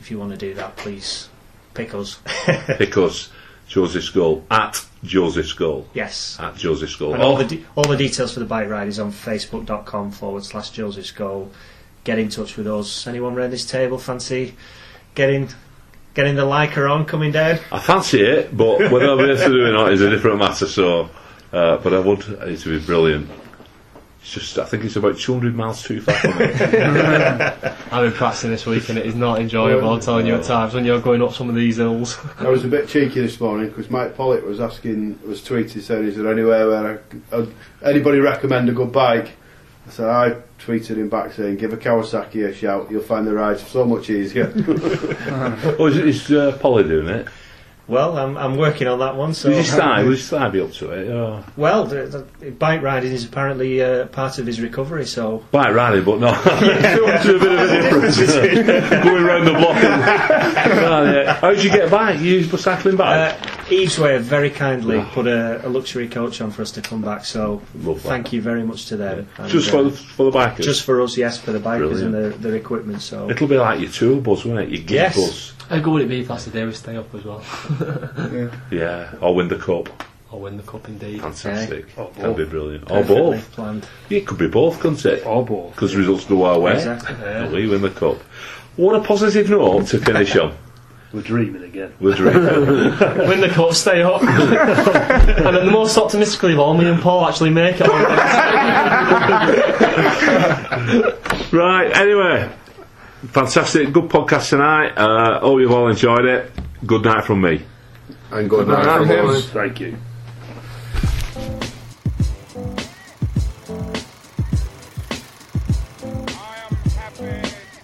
F: if you want to do that, please pick us.
A: pick us, Joseph's Goal, at Joseph's Goal.
F: Yes.
A: At Joseph's Goal.
F: And all the de- all the details for the bike ride is on facebook.com forward slash Joseph's goal. Get in touch with us. Anyone round this table fancy getting getting the Leica on coming down?
A: I fancy it, but whether I'll be able to do it or not is a different matter. So, uh, but I would. It would be brilliant. It's just, I think it's about 200 miles too far from me.
H: I've been practicing this week, and it is not enjoyable, I'm telling you at times, when you're going up some of these uh, hills.
E: I was a bit cheeky this morning because Mike Pollitt was asking, was tweeting saying, "Is there anywhere where I, c- uh, anybody recommend a good bike?" I said, I tweeted him back saying, "Give a Kawasaki a shout. You'll find the rides so much easier."
A: oh, is, is uh, Polly doing it?
F: Well, I'm, I'm working on that one. So,
A: Is his thigh? Will his thigh be up to it? Oh.
F: well, the, the bike riding is apparently uh, part of his recovery. So,
A: Quite rally, but no. it's a bit of a difference. uh, going round the block. And, Oh, yeah. How did you get back? You used cycling
F: uh,
A: back?
F: Eve's Way have very kindly put a, a luxury coach on for us to come back. So,
A: Love that.
F: thank you very much to them. And,
A: just
F: uh,
A: for the, for the bikers.
F: just for us, yes, for the bikers and their, their equipment. So,
A: It'll be like your tour bus, won't it? Your gig
F: Yes.
A: bus.
H: How good would it be if that's the day we stay up as well?
A: Yeah. Or win the cup.
H: Or win the cup indeed.
A: Fantastic.
D: Or
A: That'd be brilliant. Or
F: perfectly
A: both.
F: planned.
A: It could be both, couldn't it?
D: Or both.
A: Because results go our way.
F: Exactly.
A: And we win the cup. What a positive note to finish on.
D: We're dreaming again.
A: We're dreaming.
H: Win the cup, stay up. and then the most optimistically of all, me and Paul actually make it.
A: right, anyway. Fantastic. Good podcast tonight. Uh, hope you've all enjoyed it. Good night from me.
E: and good night, from
G: Him.
E: us.
D: Thank you.
J: I am happy. I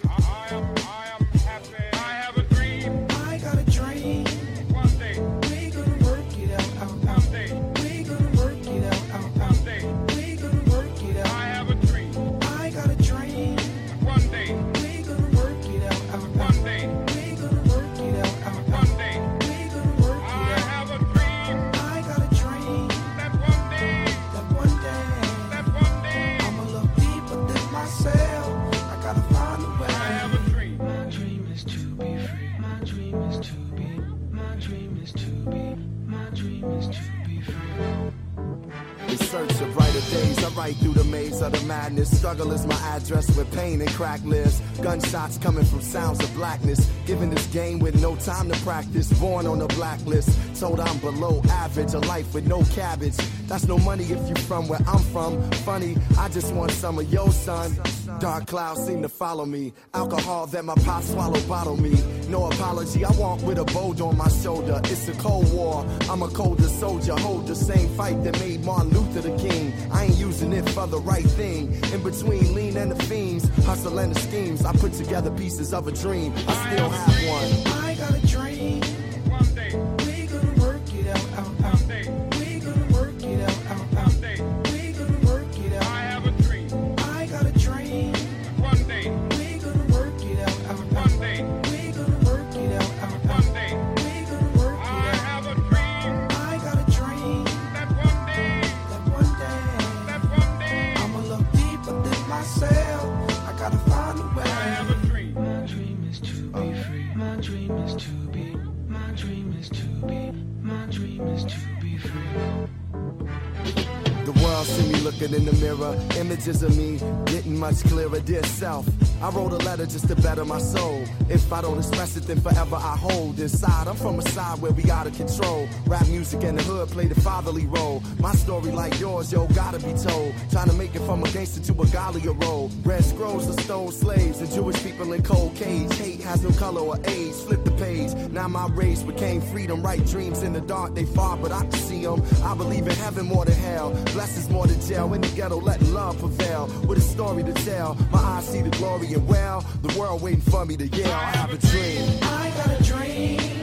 J: I am, I am happy. I have a dream.
K: I got a dream.
J: One day,
K: We gonna work it out, out,
J: one
K: out.
J: day,
K: We gonna work it out, out, out.
J: one day.
K: We gonna work it
J: I
K: out.
J: have a dream.
K: I got a dream.
J: One day,
K: We gonna work it out, out, out.
J: one day,
K: We gonna work it out, out, out.
J: one day.
K: We gonna work
J: I
K: it out.
J: have a dream
K: I got a dream
J: that one day,
K: that one day
J: that one day.
K: I'ma look deeper than myself. I gotta find a way.
J: I have a dream.
K: My dream is to be free. My dream is to be. My dream is to be. My dream is to be free.
L: In search of brighter days, I ride through the maze of the madness. Struggle is my address with pain and crack lives. Gunshots coming from sounds of blackness. Given this game with no time to practice. Born on the blacklist. Told I'm below average. A life with no cabbage. That's no money if you from where I'm from. Funny, I just want some of your son. Dark clouds seem to follow me. Alcohol that my pop swallow bottle me. No apology, I walk with a bold on my shoulder. It's a cold war. I'm a colder soldier. Hold the same fight that made Martin Luther the king. I ain't for the right thing. In between lean and the fiends, hustle and the schemes, I put together pieces of a dream. I still have one.
K: I got a dream. One day. We gonna work it out, out, out. We gonna work it out, out, out. We gonna work it out. I have a dream. I got a dream. One day. We gonna work it out, out, out. One day. We gonna work it out, out, out. One day. We gonna work it out. I have a dream. I got a dream. That one day. That one day. That one day. I'ma look deeper than myself. I gotta find a way. I have a dream.
L: My dream is to be free.
K: My dream is to be, my dream is to be, my dream is to be free.
L: The world see me looking in the mirror. Images of me getting much clearer. Dear self, I wrote a letter just to better my soul. If I don't express it, then forever I hold inside. I'm from a side where we out of control. Rap music and the hood play the fatherly role. My story, like yours, yo, gotta be told. Trying to make it from a gangster to a Galia role. Red scrolls are stole slaves and Jewish people in cold cage. Hate has no color or age. Flip the page. Now my race became freedom. Right dreams in the dark, they far, but I can see 'em. I believe in heaven more than hell. Blessings more than jail. In the ghetto, let love prevail. With a story to tell. My eyes see the glory and well. The world waiting for me to yell. I have a dream.
K: I got a dream.